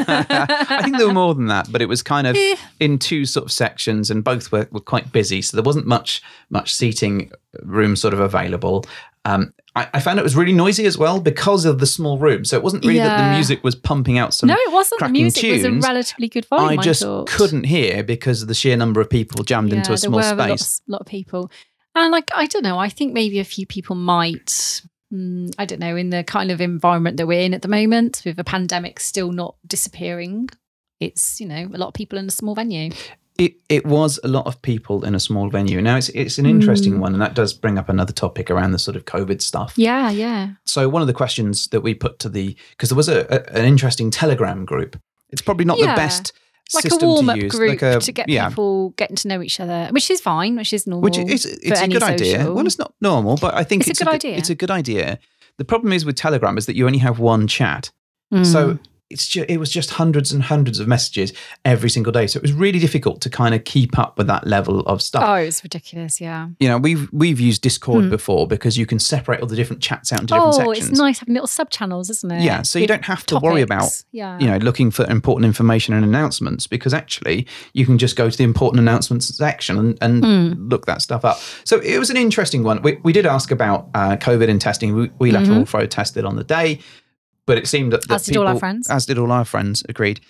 Speaker 1: I think there were more than that, but it was kind of
Speaker 3: Eh.
Speaker 1: in two sort of sections, and both were, were quite busy, so there wasn't much much seating room sort of available. Um, I, I found it was really noisy as well because of the small room, so it wasn't really that the
Speaker 3: Yeah.
Speaker 1: music was pumping out some.
Speaker 3: no, it wasn't. The
Speaker 1: cracking
Speaker 3: music was
Speaker 1: tunes.
Speaker 3: a relatively good
Speaker 1: I
Speaker 3: volume. I
Speaker 1: just
Speaker 3: thought.
Speaker 1: couldn't hear because of the sheer number of people jammed into a small
Speaker 3: there were A lot,
Speaker 1: space.
Speaker 3: of- lot of people. And like, I don't know, I think maybe a few people might, mm, I don't know, in the kind of environment that we're in at the moment with the pandemic still not disappearing. It's, you know, a lot of people in a small venue.
Speaker 1: It, it was a lot of people in a small venue. Now it's it's an interesting
Speaker 3: Mm.
Speaker 1: one, and that does bring up another topic around the sort of COVID stuff.
Speaker 3: Yeah, yeah.
Speaker 1: So one of the questions that we put to the because there was a, a- an interesting Telegram group. It's probably not
Speaker 3: Yeah.
Speaker 1: the best
Speaker 3: Like a
Speaker 1: system
Speaker 3: warm up
Speaker 1: to use,
Speaker 3: group
Speaker 1: like a-
Speaker 3: to get
Speaker 1: yeah,
Speaker 3: people getting to know each other, which is fine, which is normal.
Speaker 1: which is it's a
Speaker 3: any
Speaker 1: good idea.
Speaker 3: social.
Speaker 1: Well, it's not normal, but I think
Speaker 3: It's a good idea.
Speaker 1: It's a good idea. The problem is with Telegram is that you only have one chat,
Speaker 3: Mm.
Speaker 1: so it's ju- it was just hundreds and hundreds of messages every single day. So it was really difficult to kind of keep up with that level of stuff.
Speaker 3: Oh, it's ridiculous. Yeah.
Speaker 1: You know, we've we've used Discord
Speaker 3: Hmm.
Speaker 1: before because you can separate all the different chats out into
Speaker 3: Oh,
Speaker 1: different sections.
Speaker 3: it's nice having little sub channels, isn't it?
Speaker 1: Yeah, so you
Speaker 3: With
Speaker 1: don't have to worry about
Speaker 3: topics. yeah.
Speaker 1: you know looking for important information and announcements because actually you can just go to the important announcements section and, and
Speaker 3: Hmm.
Speaker 1: look that stuff up so it was an interesting one we, we did ask about uh, covid and testing we, we lateral flow tested on the day but it seemed that, that
Speaker 3: Mm-hmm. As did all our
Speaker 1: people-
Speaker 3: friends.
Speaker 1: as did all our friends agreed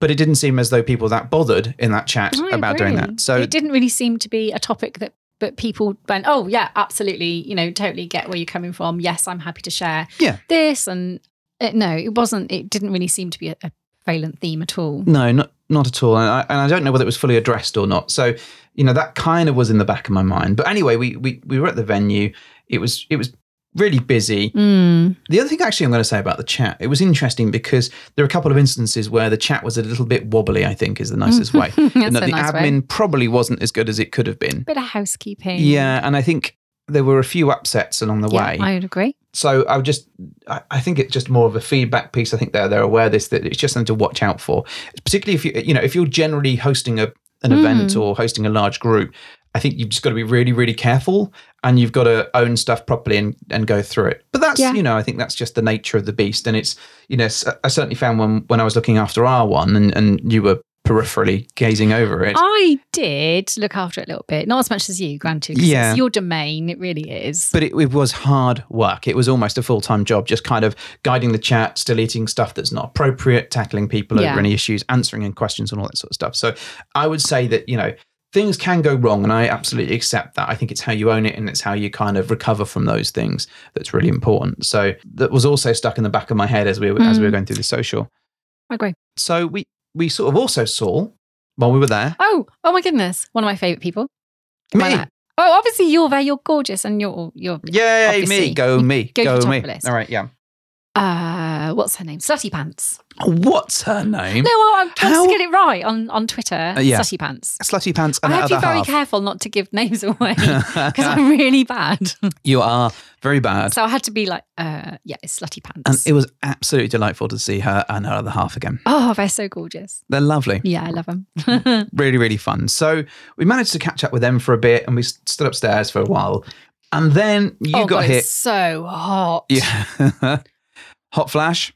Speaker 1: but it didn't seem as though people were that bothered in that chat
Speaker 3: I
Speaker 1: about doing
Speaker 3: agree.
Speaker 1: that so
Speaker 3: it didn't really seem to be a topic that but people went, oh yeah, absolutely, you know, totally get where you're coming from. Yes, I'm happy to share
Speaker 1: Yeah.
Speaker 3: this and uh, no, it wasn't. It didn't really seem to be a, a prevalent theme at all.
Speaker 1: No, not not at all. And I, and I don't know whether it was fully addressed or not. So, you know, that kind of was in the back of my mind. But anyway, we we, we were at the venue. It was it was really busy.
Speaker 3: Mm.
Speaker 1: The other thing actually I'm going to say about the chat, it was interesting because there are a couple of instances where the chat was a little bit wobbly, I think is the nicest way.
Speaker 3: That's
Speaker 1: and that
Speaker 3: a
Speaker 1: the
Speaker 3: nice way.
Speaker 1: admin probably wasn't as good as it could have been.
Speaker 3: Bit of housekeeping.
Speaker 1: Yeah, and I think there were a few upsets along the
Speaker 3: Yeah,
Speaker 1: way
Speaker 3: I would agree.
Speaker 1: so I would just, I I think it's just more of a feedback piece. I think they're they're aware of this that it's just something to watch out for, particularly if you you know if you're generally hosting a an event or hosting a large group. I think you've just got to be really really careful and you've got to own stuff properly and and go through it. But that's
Speaker 3: Yeah.
Speaker 1: you know I think that's just the nature of the beast, and it's you know s- I certainly found when when I was looking after R one and and you were peripherally gazing over it.
Speaker 3: I did look after it a little bit, not as much as you, granted. 'cause
Speaker 1: Yeah.
Speaker 3: It's your domain. It really is.
Speaker 1: but it, it was hard work. It was almost a full time job, just kind of guiding the chat, still eating stuff that's not appropriate, tackling people
Speaker 3: Yeah.
Speaker 1: over any issues, answering any questions, and all that sort of stuff. So I would say that you know things can go wrong, and I absolutely accept that. I think it's how you own it, and it's how you kind of recover from those things that's really important. So that was also stuck in the back of my head as we were, as
Speaker 3: Mm.
Speaker 1: we were going through the social.
Speaker 3: I agree.
Speaker 1: So we we sort of also saw while we were there.
Speaker 3: Oh, oh my goodness. One of my favourite people. Why
Speaker 1: Me.
Speaker 3: not? Oh, obviously you're there. You're gorgeous, and you're you're
Speaker 1: Yay,
Speaker 3: Obviously.
Speaker 1: me, go me,
Speaker 3: Go
Speaker 1: go,
Speaker 3: to the top
Speaker 1: me.
Speaker 3: of the list.
Speaker 1: All right, yeah.
Speaker 3: uh, what's her name? Slutty Pants.
Speaker 1: What's her name?
Speaker 3: No, I, I'm trying
Speaker 1: Mm. How-
Speaker 3: to get it right on on Twitter.
Speaker 1: Uh, yeah.
Speaker 3: Slutty Pants.
Speaker 1: Slutty pants and
Speaker 3: I
Speaker 1: that
Speaker 3: have to
Speaker 1: other
Speaker 3: be very
Speaker 1: half.
Speaker 3: careful not to give names away because I'm really bad.
Speaker 1: you are very bad.
Speaker 3: so I had to be like, uh, yeah, it's Slutty Pants.
Speaker 1: And it was absolutely delightful to see her and her other half again.
Speaker 3: oh, they're so gorgeous.
Speaker 1: They're lovely,
Speaker 3: Yeah, I love them.
Speaker 1: really, really fun. So we managed to catch up with them for a bit, and we s- stood upstairs for a while, and then you
Speaker 3: oh,
Speaker 1: got
Speaker 3: God,
Speaker 1: hit.
Speaker 3: It's so hot.
Speaker 1: Yeah, hot flash.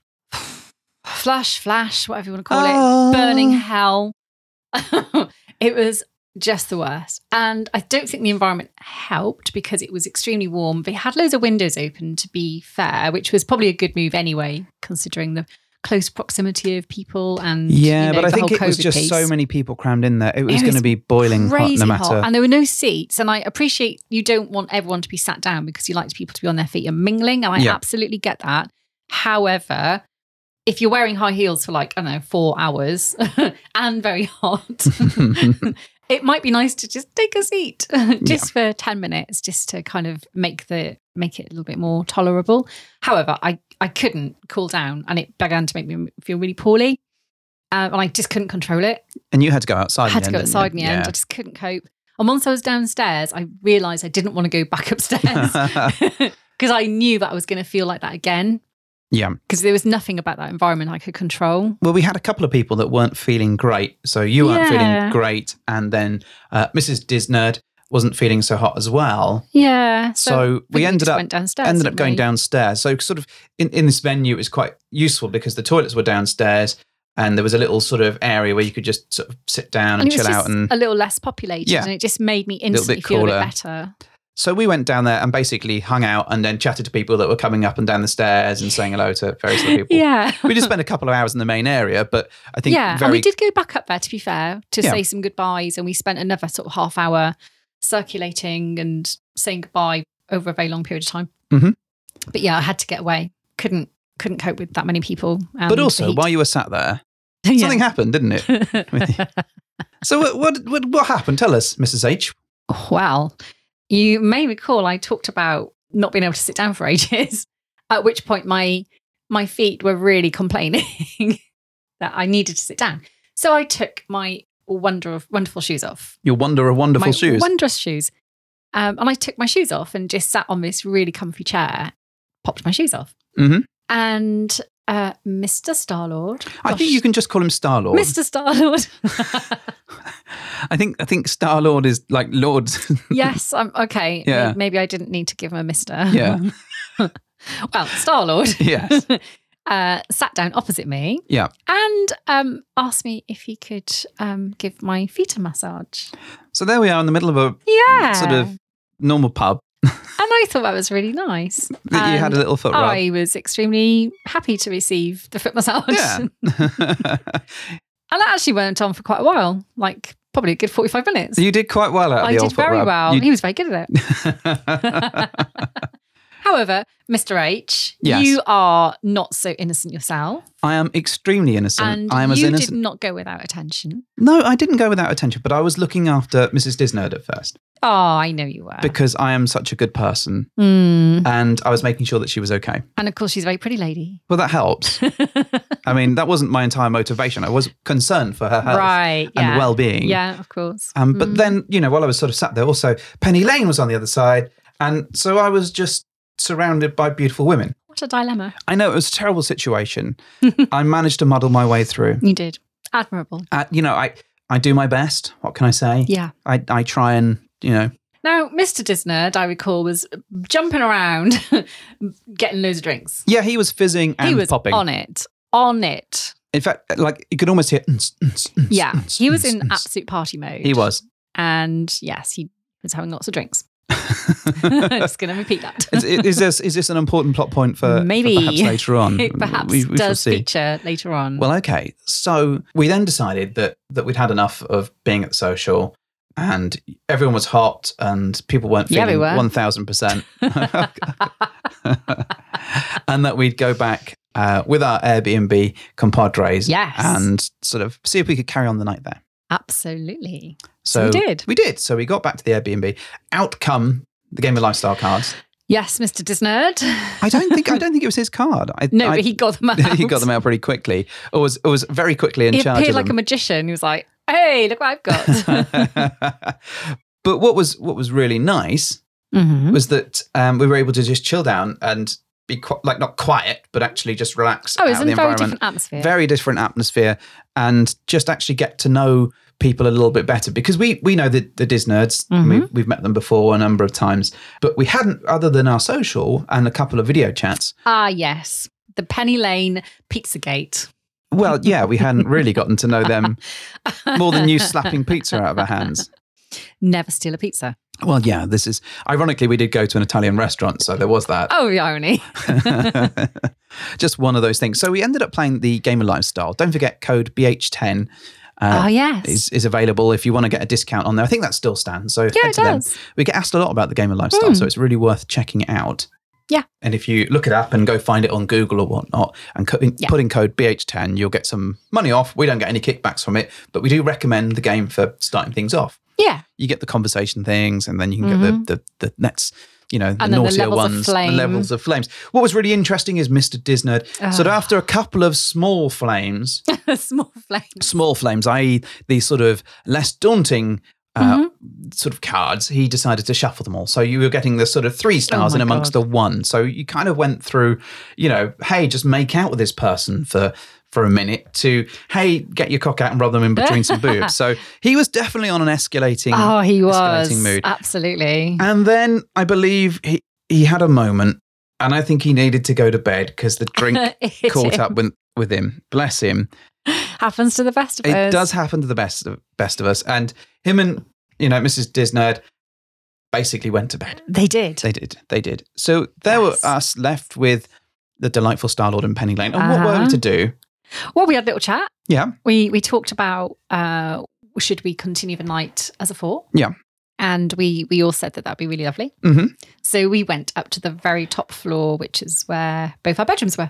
Speaker 3: Flash, flash, whatever you want to call
Speaker 1: Oh.
Speaker 3: it. Burning hell. it was just the worst. And I don't think the environment helped because it was extremely warm. They had loads of windows open, to be fair, which was probably a good move anyway, considering the close proximity of people and
Speaker 1: Yeah,
Speaker 3: you know,
Speaker 1: but I
Speaker 3: the
Speaker 1: think
Speaker 3: whole
Speaker 1: it was
Speaker 3: COVID
Speaker 1: just
Speaker 3: piece.
Speaker 1: so many people crammed in there. It was going to
Speaker 3: was
Speaker 1: be boiling hot,
Speaker 3: crazy
Speaker 1: no matter.
Speaker 3: And there were no seats. And I appreciate you don't want everyone to be sat down because you like people to be on their feet and mingling. And I
Speaker 1: Yeah.
Speaker 3: absolutely get that. However, if you're wearing high heels for like, I don't know, four hours and very hot, it might be nice to just take a seat just for 10 minutes, just to kind of make the make it a little bit more tolerable. However, I, I couldn't cool down and it began to make me feel really poorly. Um, and I just couldn't control it.
Speaker 1: and you had to go outside.
Speaker 3: I had
Speaker 1: in
Speaker 3: to
Speaker 1: the
Speaker 3: go
Speaker 1: end, didn't
Speaker 3: outside in
Speaker 1: you?
Speaker 3: the end. I just couldn't cope. And once I was downstairs, I realized I didn't want to go back upstairs because I knew that I was going to feel like that again
Speaker 1: yeah.
Speaker 3: because there was nothing about that environment I could control.
Speaker 1: Well, we had a couple of people that weren't feeling great. So you weren't
Speaker 3: Yeah.
Speaker 1: feeling great. And then uh, Mrs. Disnerd wasn't feeling so hot as well.
Speaker 3: Yeah.
Speaker 1: So, we
Speaker 3: just
Speaker 1: ended up
Speaker 3: went downstairs,
Speaker 1: ended up
Speaker 3: didn't
Speaker 1: going
Speaker 3: we?
Speaker 1: downstairs. So sort of in, in this venue, it was quite useful because the toilets were downstairs and there was a little sort of area where you could just sort of sit down and,
Speaker 3: And it was
Speaker 1: chill out.
Speaker 3: just
Speaker 1: And
Speaker 3: a little less populated,
Speaker 1: Yeah.
Speaker 3: and it just made me
Speaker 1: bit
Speaker 3: instantly feel a bit
Speaker 1: cooler.
Speaker 3: better.
Speaker 1: so we went down there and basically hung out and then chatted to people that were coming up and down the stairs and saying hello to various other people.
Speaker 3: Yeah,
Speaker 1: We just spent a couple of hours in the main area, but I think
Speaker 3: yeah. And
Speaker 1: very
Speaker 3: we did go back up there, to be fair, to
Speaker 1: Yeah.
Speaker 3: say some goodbyes, and we spent another sort of half hour circulating and saying goodbye over a very long period of time.
Speaker 1: Mhm.
Speaker 3: But yeah, I had to get away. Couldn't couldn't cope with that many people. and
Speaker 1: But
Speaker 3: the
Speaker 1: also,
Speaker 3: heat.
Speaker 1: while you were sat there,
Speaker 3: Yeah.
Speaker 1: something happened, didn't it? So what what what, what happened? Tell us, Mrs. H.
Speaker 3: Well, you may recall I talked about not being able to sit down for ages, at which point my my feet were really complaining that I needed to sit down. So I took my wonder of wonderful shoes off.
Speaker 1: Your wonder of wonderful
Speaker 3: my
Speaker 1: shoes.
Speaker 3: Wondrous shoes. Um, and I took my shoes off and just sat on this really comfy chair, popped my shoes off.
Speaker 1: Mhm.
Speaker 3: And uh, Mr. Starlord.
Speaker 1: I think you can just call him Star Lord.
Speaker 3: Mr. Starlord.
Speaker 1: I think I think Star Lord is like Lord.
Speaker 3: yes, I'm okay. May-
Speaker 1: Yeah.
Speaker 3: Maybe, I didn't need to give him a Mister.
Speaker 1: Yeah.
Speaker 3: well, Star Lord
Speaker 1: yes.
Speaker 3: uh, sat down opposite me.
Speaker 1: Yeah.
Speaker 3: And um, asked me if he could um, give my feet a massage.
Speaker 1: So there we are in the middle of a
Speaker 3: Yeah.
Speaker 1: Mm, sort of
Speaker 3: And
Speaker 1: normal pub
Speaker 3: I thought that was really nice.
Speaker 1: that you had a
Speaker 3: And
Speaker 1: little foot rub.
Speaker 3: I was extremely happy to receive the foot massage.
Speaker 1: Yeah.
Speaker 3: and that actually went on for quite a while, like probably a good 45 minutes.
Speaker 1: you did quite well at
Speaker 3: I
Speaker 1: the
Speaker 3: did
Speaker 1: old foot
Speaker 3: very
Speaker 1: rub.
Speaker 3: well.
Speaker 1: You-
Speaker 3: He was very good at it. However, Mr. H,
Speaker 1: Yes.
Speaker 3: you are not so innocent yourself,
Speaker 1: I am extremely innocent.
Speaker 3: and
Speaker 1: I am as
Speaker 3: you
Speaker 1: innocent.
Speaker 3: did not go without attention.
Speaker 1: No, I didn't go without attention, but I was looking after Mrs. Disnerd at first
Speaker 3: Oh, I know you were.
Speaker 1: because I am such a good person,
Speaker 3: Mm.
Speaker 1: and I was making sure that she was okay.
Speaker 3: And of course, she's a very pretty lady.
Speaker 1: Well, that helps. I mean, that wasn't my entire motivation. I was concerned for her health
Speaker 3: right.
Speaker 1: Uh, and
Speaker 3: yeah.
Speaker 1: well-being.
Speaker 3: Yeah, of course.
Speaker 1: Um, but
Speaker 3: Mm.
Speaker 1: then, you know, while I was sort of sat there, also Penny Lane was on the other side, and so I was just surrounded by beautiful women.
Speaker 3: what a dilemma.
Speaker 1: I know it was a terrible situation. I managed to muddle my way through.
Speaker 3: You did. Admirable.
Speaker 1: Uh, you know, I I do my best. What can I say?
Speaker 3: Yeah.
Speaker 1: I I try and you know.
Speaker 3: Now, Mr. Disnerd, I recall, was jumping around, getting loads of drinks.
Speaker 1: Yeah, he was fizzing and
Speaker 3: he was
Speaker 1: popping.
Speaker 3: on it. On it.
Speaker 1: In fact, like you could almost hear. "Mm, mm, mm,
Speaker 3: Yeah.
Speaker 1: mm,
Speaker 3: He was
Speaker 1: mm,
Speaker 3: in
Speaker 1: mm."
Speaker 3: absolute party mode.
Speaker 1: He was.
Speaker 3: And yes, he was having lots of drinks. Just going to repeat that.
Speaker 1: Is, is this is this an important plot point for for
Speaker 3: Maybe.
Speaker 1: perhaps later on?
Speaker 3: it perhaps
Speaker 1: mm, We- we shall
Speaker 3: does
Speaker 1: see.
Speaker 3: feature later on.
Speaker 1: Well, okay. So we then decided that that we'd had enough of being at the social, and everyone was hot, and people weren't
Speaker 3: Yeah,
Speaker 1: feeling
Speaker 3: we were.
Speaker 1: one thousand percent, and that we'd go back uh, with our Airbnb compadres,
Speaker 3: Yes.
Speaker 1: and sort of see if we could carry on the night there.
Speaker 3: Absolutely.
Speaker 1: So
Speaker 3: we did.
Speaker 1: We did. So we got back to the Airbnb. Out come the game of lifestyle cards.
Speaker 3: Yes, Mr. Disnerd.
Speaker 1: I don't think. I don't think it was his card. I,
Speaker 3: No,
Speaker 1: I-
Speaker 3: but he got them out.
Speaker 1: he got them out pretty quickly. Or was or was very quickly in
Speaker 3: He
Speaker 1: charge
Speaker 3: appeared
Speaker 1: of
Speaker 3: like
Speaker 1: them.
Speaker 3: a magician. He was like, hey, look what I've got.
Speaker 1: but what was what was really nice
Speaker 3: Mhm.
Speaker 1: was that um, we were able to just chill down and be qu- like not quiet, but actually just relax
Speaker 3: Oh,
Speaker 1: out
Speaker 3: it was
Speaker 1: of
Speaker 3: in
Speaker 1: the
Speaker 3: a very
Speaker 1: environment.
Speaker 3: different atmosphere.
Speaker 1: Very different atmosphere, and just actually get to know people a little bit better because we we know the the Disnerds. We,
Speaker 3: Mm-hmm.
Speaker 1: we've met them before a number of times, but we hadn't other than our social and a couple of video chats.
Speaker 3: ah, yes. The Penny Lane Pizzagate.
Speaker 1: Well, yeah, we hadn't really gotten to know them more than you slapping pizza out of our hands.
Speaker 3: Never steal a pizza.
Speaker 1: Well, yeah, this is ironically, we did go to an Italian restaurant, so there was that.
Speaker 3: Oh, the irony.
Speaker 1: Uh, Just one of those things. So we ended up playing the game of lifestyle. Don't forget, code BH10
Speaker 3: Ah,
Speaker 1: uh,
Speaker 3: yes.
Speaker 1: is, is available if you want to get a discount on there. I think that still stands. So
Speaker 3: yeah,
Speaker 1: head
Speaker 3: it
Speaker 1: to them.
Speaker 3: does. Hmm.
Speaker 1: We get asked a lot about the game of lifestyle, so it's really worth checking it out.
Speaker 3: Yeah.
Speaker 1: And if you look it up and go find it on Google or whatnot and co- in-
Speaker 3: Yeah.
Speaker 1: put in code BH10, you'll get some money off. We don't get any kickbacks from it, but we do recommend the game for starting things off
Speaker 3: Yeah.
Speaker 1: you get the conversation things and then you can get the, the, the next you know the
Speaker 3: Mm-hmm. And then the
Speaker 1: naughtier
Speaker 3: levels of
Speaker 1: ones
Speaker 3: flame.
Speaker 1: the levels of flames what was really interesting is mr disnerd so that after a couple of small flames
Speaker 3: Small flame.
Speaker 1: e, small flames i.e the sort of less daunting uh,
Speaker 3: Mm-hmm.
Speaker 1: sort of cards, he decided to shuffle them all. So you were getting the sort of three stars
Speaker 3: Oh my
Speaker 1: in amongst
Speaker 3: God.
Speaker 1: the one. So you kind of went through, you know, hey, just make out with this person for for a minute to hey, get your cock out and rub them in between some boobs. So he was definitely on an escalating
Speaker 3: Oh, he was.
Speaker 1: escalating mood.
Speaker 3: Absolutely.
Speaker 1: And then I believe he he had a moment and I think he needed to go to bed because the drink
Speaker 3: It
Speaker 1: caught up with with him. Bless him.
Speaker 3: happens to the best of
Speaker 1: It
Speaker 3: us.
Speaker 1: does happen to the best of, best of us. And him and you know Mrs. Disnerd basically went to bed.
Speaker 3: They did.
Speaker 1: They did. They did. So there
Speaker 3: Yes.
Speaker 1: were us left with the delightful Star Lord and Penny Lane. And what were
Speaker 3: Uh-huh.
Speaker 1: we to do?
Speaker 3: Well, we had a little chat.
Speaker 1: Yeah.
Speaker 3: We we talked about uh, should we continue the night as a four?
Speaker 1: Yeah.
Speaker 3: And we we all said that that'd be really lovely.
Speaker 1: Mhm.
Speaker 3: So we went up to the very top floor, which is where both our bedrooms were.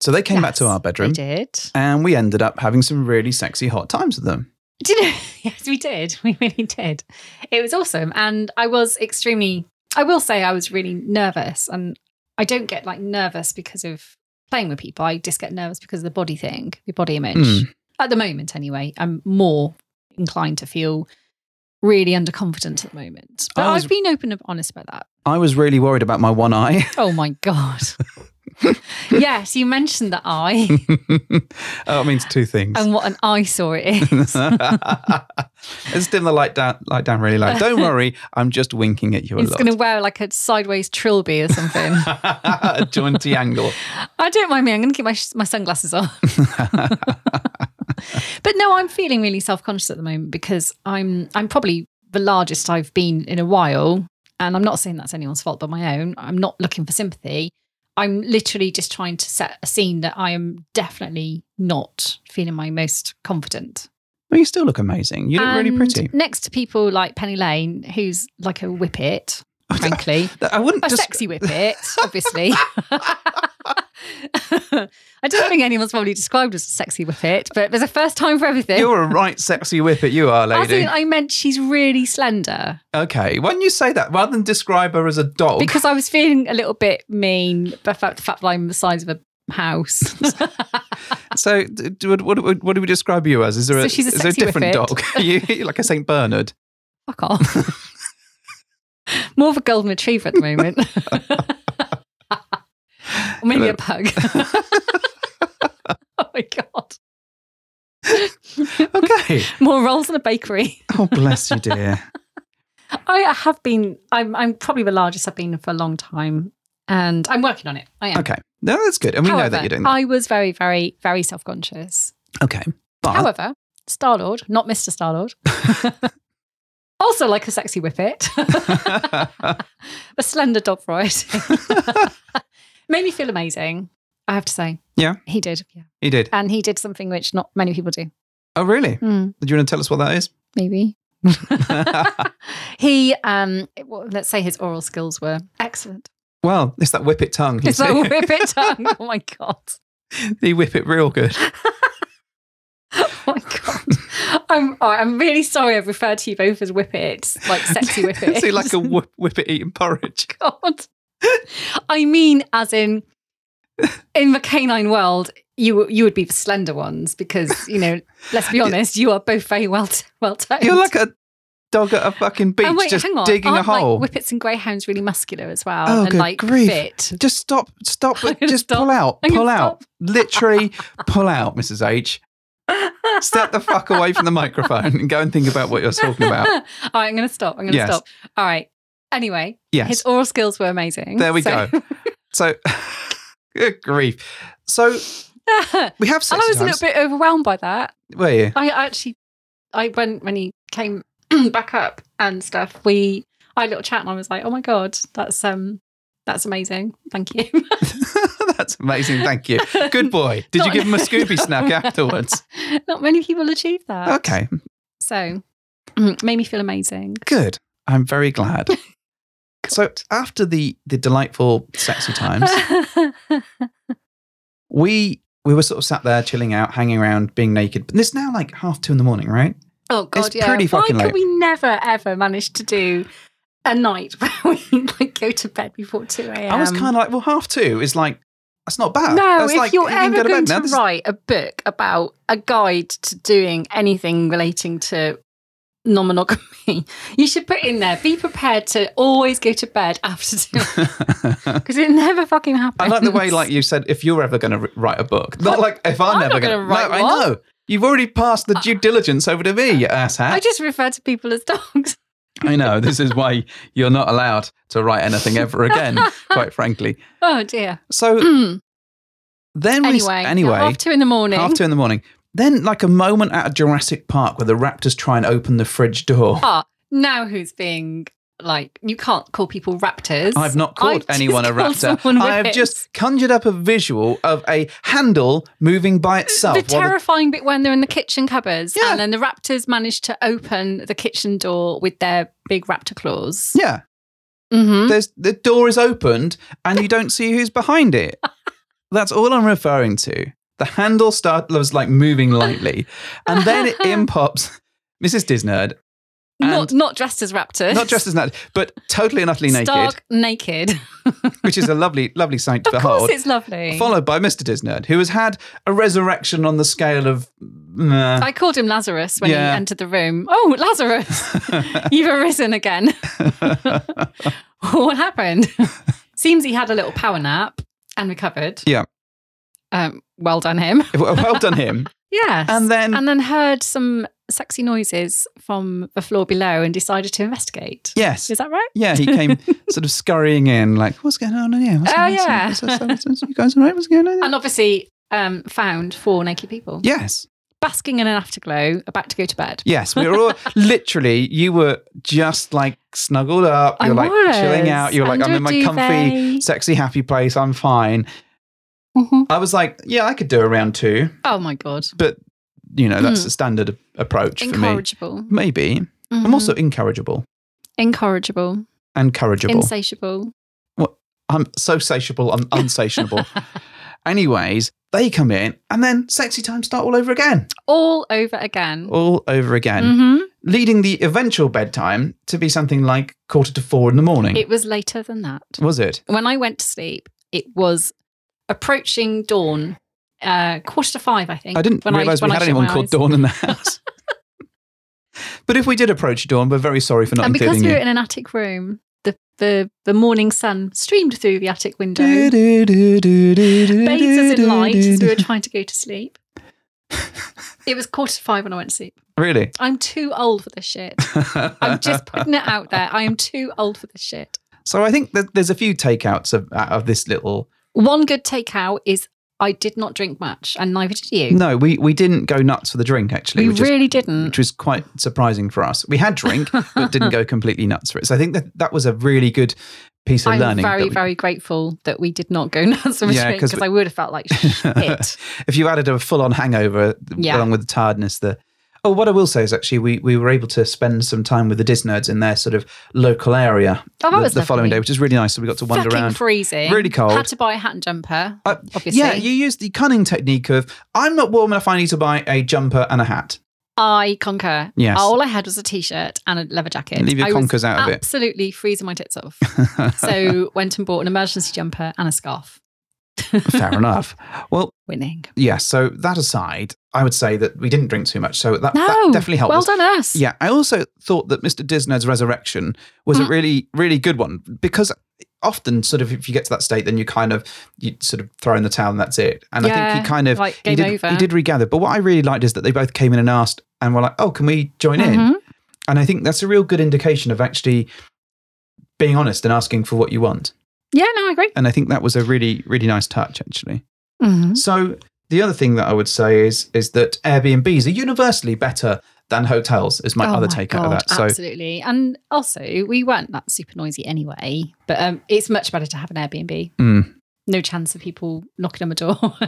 Speaker 1: So they came back to
Speaker 3: Yes,
Speaker 1: our bedroom,
Speaker 3: We did.
Speaker 1: and we ended up having some really sexy hot times with them.
Speaker 3: Did you know? Yes, we did. We really did. It was awesome. And I was extremely, I will say, I was really nervous. And I don't get like nervous because of playing with people. I just get nervous because of the body thing, the body image.
Speaker 1: Mm.
Speaker 3: At the moment, anyway, I'm more inclined to feel really underconfident at the moment. But
Speaker 1: I was-
Speaker 3: I've been open and honest about that.
Speaker 1: I was really worried about my one eye.
Speaker 3: Oh my God. yes, you mentioned the eye
Speaker 1: oh, it means two things.
Speaker 3: and what an eyesore it is.
Speaker 1: Let's dim the light down, light down really low. Don't worry, I'm just winking at you a
Speaker 3: It's
Speaker 1: lot.
Speaker 3: going to wear like a sideways trilby or something.
Speaker 1: a jaunty angle.
Speaker 3: I don't mind me. I'm going to keep my my sunglasses on. but no, I'm feeling really self conscious at the moment because I'm I'm probably the largest I've been in a while, and I'm not saying that's anyone's fault but my own. I'm not looking for sympathy. I'm literally just trying to set a scene that I am definitely not feeling my most confident.
Speaker 1: Well, you still look amazing. You look really
Speaker 3: And
Speaker 1: pretty.
Speaker 3: Next to people like Penny Lane, who's like a whippet, frankly.
Speaker 1: I wouldn't
Speaker 3: A
Speaker 1: just.
Speaker 3: sexy whippet, obviously. I don't think anyone's probably described as a sexy whippet, but there's a first time for everything.
Speaker 1: You're a right sexy whippet, you are,
Speaker 3: As
Speaker 1: lady.
Speaker 3: in, I meant she's really slender
Speaker 1: okay, why don't you say that rather than describe her as a dog?
Speaker 3: because I was feeling a little bit mean about the fact that I'm the size of a house.
Speaker 1: so, d- d- what, what, what do we describe you as? Is there
Speaker 3: So
Speaker 1: a,
Speaker 3: she's a
Speaker 1: is there a
Speaker 3: sexy
Speaker 1: different
Speaker 3: whippet.
Speaker 1: dog? Are you you're like a Saint Bernard?
Speaker 3: Fuck off. More of a golden retriever at the moment. or maybe a pug. oh my God.
Speaker 1: Okay.
Speaker 3: More rolls in a bakery.
Speaker 1: oh, bless you, dear.
Speaker 3: I have been. I'm. I'm probably the largest I've been for a long time, and I'm working on it. I am.
Speaker 1: Okay, no, that's good, and we know
Speaker 3: However,
Speaker 1: that you're doing that.
Speaker 3: I was very, very, very self conscious.
Speaker 1: okay, but
Speaker 3: However, Star Lord, not Mister Star Lord, also like a sexy whippet, a slender dog ride, made me feel amazing. I have to say.
Speaker 1: Yeah?
Speaker 3: he did. Yeah,
Speaker 1: he did.
Speaker 3: and he did something which not many people do.
Speaker 1: Oh, really?
Speaker 3: Hmm,
Speaker 1: Do you want to tell us what that is?
Speaker 3: maybe. he um well, let's say his oral skills were excellent
Speaker 1: Well, it's that whippet tongue. You
Speaker 3: It's that
Speaker 1: see?
Speaker 3: whip it tongue. Oh my god.
Speaker 1: he whip it real good.
Speaker 3: Oh my god. I'm oh, I'm really sorry I've referred to you both as whippets, like sexy whippets.
Speaker 1: See, like a whip, whippet eating porridge.
Speaker 3: god. I mean as in in the canine world, you you would be the slender ones because, you know, let's be honest, you are both very well well toned.
Speaker 1: You're like a dog at a fucking beach,
Speaker 3: and wait,
Speaker 1: just
Speaker 3: hang on.
Speaker 1: digging
Speaker 3: Aren't,
Speaker 1: a hole.
Speaker 3: Like, whippets and greyhounds really muscular as well
Speaker 1: Oh,
Speaker 3: and
Speaker 1: good
Speaker 3: like
Speaker 1: grief.
Speaker 3: fit.
Speaker 1: just stop, stop,
Speaker 3: I'm gonna
Speaker 1: just
Speaker 3: stop.
Speaker 1: pull out,
Speaker 3: I'm gonna
Speaker 1: pull out, literally pull out, Mrs. H. Step the fuck away from the microphone and go and think about what you're talking about.
Speaker 3: All right, I'm going to stop. I'm going to
Speaker 1: Yes.
Speaker 3: stop. All right. Anyway,
Speaker 1: Yes.
Speaker 3: His oral skills were amazing.
Speaker 1: There we
Speaker 3: So-
Speaker 1: go. so, good grief. So
Speaker 3: and
Speaker 1: we have sexy
Speaker 3: I was a
Speaker 1: times.
Speaker 3: little bit overwhelmed by that.
Speaker 1: Were you?
Speaker 3: I actually, I when when he came back up and stuff, we I had a little chat and I was like, oh my god, that's um, that's amazing. Thank you.
Speaker 1: That's amazing. Thank you. Good boy. Did you
Speaker 3: Not-
Speaker 1: give him a Scooby snack afterwards?
Speaker 3: Not many people achieve that.
Speaker 1: Okay.
Speaker 3: So mm, made me feel amazing.
Speaker 1: Good. I'm very glad. so after the the delightful sexy times, we we were sort of sat there chilling out, hanging around, being naked. But it's now like half two in the morning, right?
Speaker 3: Oh god,
Speaker 1: It's
Speaker 3: yeah.
Speaker 1: pretty fucking
Speaker 3: Why
Speaker 1: late.
Speaker 3: can we never ever manage to do a night where we like go to bed before two a.m.?
Speaker 1: I was kind of like, well, half two is like that's not bad.
Speaker 3: No,
Speaker 1: that's
Speaker 3: if
Speaker 1: like,
Speaker 3: you're
Speaker 1: can
Speaker 3: ever
Speaker 1: go to bed
Speaker 3: going
Speaker 1: now.
Speaker 3: to
Speaker 1: This is-
Speaker 3: write a book about a guide to doing anything relating to non-monogamy. You should put in there, be prepared to always go to bed after dinner. Because it never fucking
Speaker 1: I
Speaker 3: happens.
Speaker 1: like the way, like you said, if you're ever going to write a book, not like if I'm,
Speaker 3: I'm
Speaker 1: ever
Speaker 3: not
Speaker 1: going to.
Speaker 3: gonna write
Speaker 1: no, I
Speaker 3: one.
Speaker 1: know. You've already passed the due diligence over to me, you asshat.
Speaker 3: I just refer to people as dogs.
Speaker 1: I know. This is why you're not allowed to write anything ever again, quite frankly.
Speaker 3: Oh dear.
Speaker 1: So
Speaker 3: anyway,
Speaker 1: then we.
Speaker 3: anyway, half two in the morning.
Speaker 1: half two in the morning. Then, like a moment out of Jurassic Park where the raptors try and open the fridge door.
Speaker 3: Ah, now who's being like? You can't call people raptors.
Speaker 1: I've not called
Speaker 3: I just
Speaker 1: anyone a
Speaker 3: called
Speaker 1: raptor.
Speaker 3: someone with
Speaker 1: I have
Speaker 3: it.
Speaker 1: just conjured up a visual of a handle moving by itself.
Speaker 3: The
Speaker 1: while the-
Speaker 3: terrifying bit when they're in the kitchen cupboards,
Speaker 1: Yeah.
Speaker 3: and then the raptors manage to open the kitchen door with their big raptor claws.
Speaker 1: yeah,
Speaker 3: Mm-hmm.
Speaker 1: there's the door is opened and you don't see who's behind it. That's all I'm referring to. The handle start was like moving lightly, and then in pops Mrs. Disnerd,
Speaker 3: Not not dressed as raptors.
Speaker 1: not just as that, but totally and utterly naked,
Speaker 3: Stark naked.
Speaker 1: which is a lovely, lovely sight to
Speaker 3: of
Speaker 1: behold.
Speaker 3: course, it's lovely.
Speaker 1: followed by Mr. Disnerd, who has had a resurrection on the scale of. uh,
Speaker 3: I called him Lazarus when
Speaker 1: Yeah.
Speaker 3: he entered the room. Oh, Lazarus, you've arisen again. what happened? Seems he had a little power nap and recovered.
Speaker 1: Yeah.
Speaker 3: Um, well done, him.
Speaker 1: well well done him.
Speaker 3: Yes.
Speaker 1: And then-
Speaker 3: and then heard some sexy noises from the floor below and decided to investigate.
Speaker 1: Yes.
Speaker 3: Is that right?
Speaker 1: Yeah, he came sort of scurrying in, like, "What's going on in here? What's
Speaker 3: Oh,
Speaker 1: going on?
Speaker 3: yeah.
Speaker 1: What's- what's- what's- what's- you guys all right? What's going on?"
Speaker 3: And obviously um, found four naked people
Speaker 1: yes,
Speaker 3: basking in an afterglow, about to go to bed.
Speaker 1: yes, we were all literally. You were just like snuggled up.
Speaker 3: I
Speaker 1: You're like chilling
Speaker 3: was,
Speaker 1: out. You're like, "I'm
Speaker 3: under
Speaker 1: in my
Speaker 3: a
Speaker 1: comfy,
Speaker 3: duvet."
Speaker 1: sexy, happy place. I'm fine."
Speaker 3: Mhm.
Speaker 1: I was like, "Yeah, I could do a round two,
Speaker 3: Oh my god,
Speaker 1: but you know,
Speaker 3: Hmm.
Speaker 1: that's the standard approach for me.
Speaker 3: incorrigible.
Speaker 1: Maybe I'm
Speaker 3: Mhm.
Speaker 1: also incorrigible
Speaker 3: incorrigible,
Speaker 1: and corrigible.
Speaker 3: insatiable.
Speaker 1: I'm so satiable, I'm unsatiable. Anyways, they come in and then sexy times start all over again.
Speaker 3: all over again.
Speaker 1: All over again.
Speaker 3: hmm
Speaker 1: Leading the eventual bedtime to be something like quarter to four in the morning.
Speaker 3: It was later than that.
Speaker 1: was it?
Speaker 3: When I went to sleep, it was approaching dawn, uh, quarter to five, I think.
Speaker 1: I didn't
Speaker 3: when
Speaker 1: realise we
Speaker 3: when
Speaker 1: had
Speaker 3: shut
Speaker 1: anyone
Speaker 3: my
Speaker 1: called
Speaker 3: eyes.
Speaker 1: Dawn in the house. but if we did approach Dawn, we're very sorry for not
Speaker 3: And because
Speaker 1: including
Speaker 3: we were
Speaker 1: you.
Speaker 3: in an attic room, the, the, the morning sun streamed through the attic window, bathed us in light as we were trying to go to sleep. it was quarter to five when I went to sleep.
Speaker 1: Really?
Speaker 3: I'm too old for this shit. I'm just putting it out there. I am too old for this shit.
Speaker 1: So I think that there's a few takeouts of, out of this little
Speaker 3: One good takeout is I did not drink much, and neither did you.
Speaker 1: No, we, we didn't go nuts for the drink actually,
Speaker 3: we
Speaker 1: which is
Speaker 3: really didn't.
Speaker 1: which was quite surprising for us. We had drink, but didn't go completely nuts for it. So I think that that was a really good piece of
Speaker 3: I'm
Speaker 1: learning.
Speaker 3: very,
Speaker 1: that we-
Speaker 3: very grateful that we did not go nuts on a
Speaker 1: Yeah,
Speaker 3: drink
Speaker 1: 'cause
Speaker 3: because I would have felt like shit.
Speaker 1: if you added a full on hangover
Speaker 3: Yeah.
Speaker 1: along with the tiredness, the oh, what I will say is actually we we were able to spend some time with the Disnerds in their sort of local area
Speaker 3: Oh, that
Speaker 1: the,
Speaker 3: was
Speaker 1: the following
Speaker 3: lovely.
Speaker 1: day, which is really nice. So we got to wander
Speaker 3: Fucking
Speaker 1: around.
Speaker 3: freezing.
Speaker 1: Really cold.
Speaker 3: Had to buy a hat and jumper.
Speaker 1: Uh,
Speaker 3: obviously.
Speaker 1: Yeah, you used the cunning technique of I'm not warm enough. I need to buy a jumper and a hat.
Speaker 3: I concur.
Speaker 1: Yes.
Speaker 3: All I had was a t-shirt and a leather jacket.
Speaker 1: Leave your
Speaker 3: I was
Speaker 1: conkers out of it.
Speaker 3: Absolutely freezing my tits off. so went and bought an emergency jumper and a scarf.
Speaker 1: Fair enough. Well,
Speaker 3: Winning.
Speaker 1: yeah. So that aside, I would say that we didn't drink too much. So that,
Speaker 3: No.
Speaker 1: that definitely helped.
Speaker 3: Well
Speaker 1: us.
Speaker 3: done us.
Speaker 1: Yeah, I also thought that Mr. Disney's resurrection was a
Speaker 3: Mm.
Speaker 1: really, really good one because often, sort of, if you get to that state, then you kind of you sort of throw in the towel and that's it. And I think
Speaker 3: Yeah,
Speaker 1: he kind of
Speaker 3: like,
Speaker 1: he
Speaker 3: game
Speaker 1: did
Speaker 3: over.
Speaker 1: he did regather. But what I really liked is that they both came in and asked and were like, "Oh, can we join in?"
Speaker 3: Mhm.
Speaker 1: And I think that's a real good indication of actually being honest and asking for what you want.
Speaker 3: Yeah, no, I agree.
Speaker 1: And I think that was a really, really nice touch, actually.
Speaker 3: Mhm.
Speaker 1: So the other thing that I would say is is that Airbnbs are universally better than hotels. Is my
Speaker 3: Oh
Speaker 1: other take out of
Speaker 3: God,
Speaker 1: that. So.
Speaker 3: absolutely. And also, we weren't that super noisy anyway, but um, it's much better to have an Airbnb.
Speaker 1: Mm.
Speaker 3: No chance of people knocking on the door,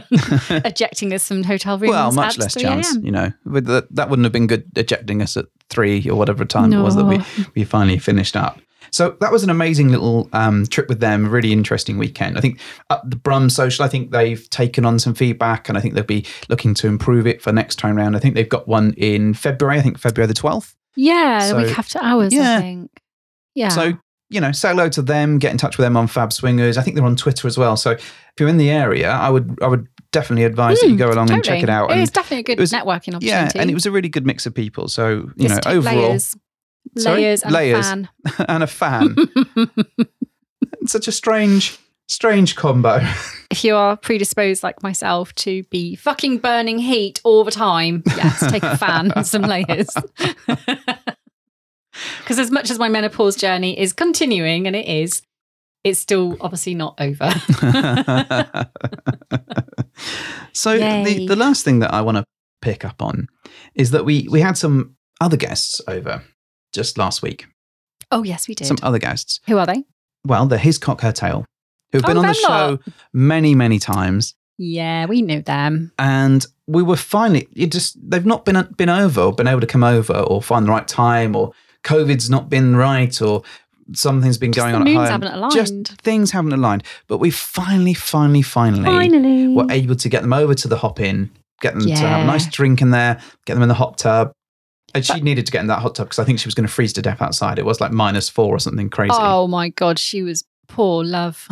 Speaker 3: and ejecting us from hotel rooms.
Speaker 1: Well, much
Speaker 3: at
Speaker 1: less
Speaker 3: 3
Speaker 1: chance,
Speaker 3: a.m..
Speaker 1: you know. With the, that wouldn't have been good ejecting us at three or whatever time it was that we,
Speaker 3: No.
Speaker 1: we finally finished up. So that was an amazing little um, trip with them. Really interesting weekend. I think uh, the Brum Social. I think they've taken on some feedback, and I think they'll be looking to improve it for next time round. I think they've got one in February. I think February the twelfth.
Speaker 3: Yeah,
Speaker 1: So-
Speaker 3: the week after hours,
Speaker 1: Yeah.
Speaker 3: I think. Yeah.
Speaker 1: So you know, say hello to them. Get in touch with them on Fab Swingers. I think they're on Twitter as well. So if you're in the area, I would I would definitely advise that you go along and check
Speaker 3: Hmm, Totally.
Speaker 1: it out.
Speaker 3: It
Speaker 1: And
Speaker 3: was definitely a good
Speaker 1: it was-
Speaker 3: networking opportunity.
Speaker 1: yeah, and it was a really good mix of people. So you
Speaker 3: Just
Speaker 1: know,
Speaker 3: two
Speaker 1: overall,
Speaker 3: layers,
Speaker 1: Sorry?
Speaker 3: layers, and
Speaker 1: Layers.
Speaker 3: A fan.
Speaker 1: and a fan. Such a strange, strange combo.
Speaker 3: If you are predisposed like myself to be fucking burning heat all the time, yes, take a fan and some layers. Because as much as my menopause journey is continuing, and it is, it's still obviously not over.
Speaker 1: so the,
Speaker 3: Yay.
Speaker 1: the last thing that I want to pick up on is that we we had some other guests over just last week.
Speaker 3: oh yes, we did.
Speaker 1: Some other guests.
Speaker 3: Who are they?
Speaker 1: Well, the His Cock Her Tail, who've been
Speaker 3: Oh,
Speaker 1: on the
Speaker 3: them
Speaker 1: show many many times,
Speaker 3: Yeah, we knew them.
Speaker 1: and we were finally it just they've not been been over or been able to come over or find the right time or COVID's not been right or something's been
Speaker 3: Just
Speaker 1: going
Speaker 3: the
Speaker 1: on
Speaker 3: moons
Speaker 1: at home.
Speaker 3: haven't aligned.
Speaker 1: Just things haven't aligned, but we finally, finally, finally,
Speaker 3: Finally,
Speaker 1: were able to get them over to the hop in, get them to have a
Speaker 3: Yeah.
Speaker 1: nice drink in there, get them in the hot tub. And she needed to get in that hot tub because I think she was going to freeze to death outside. It was like minus four or something crazy.
Speaker 3: Oh my god, she was poor love,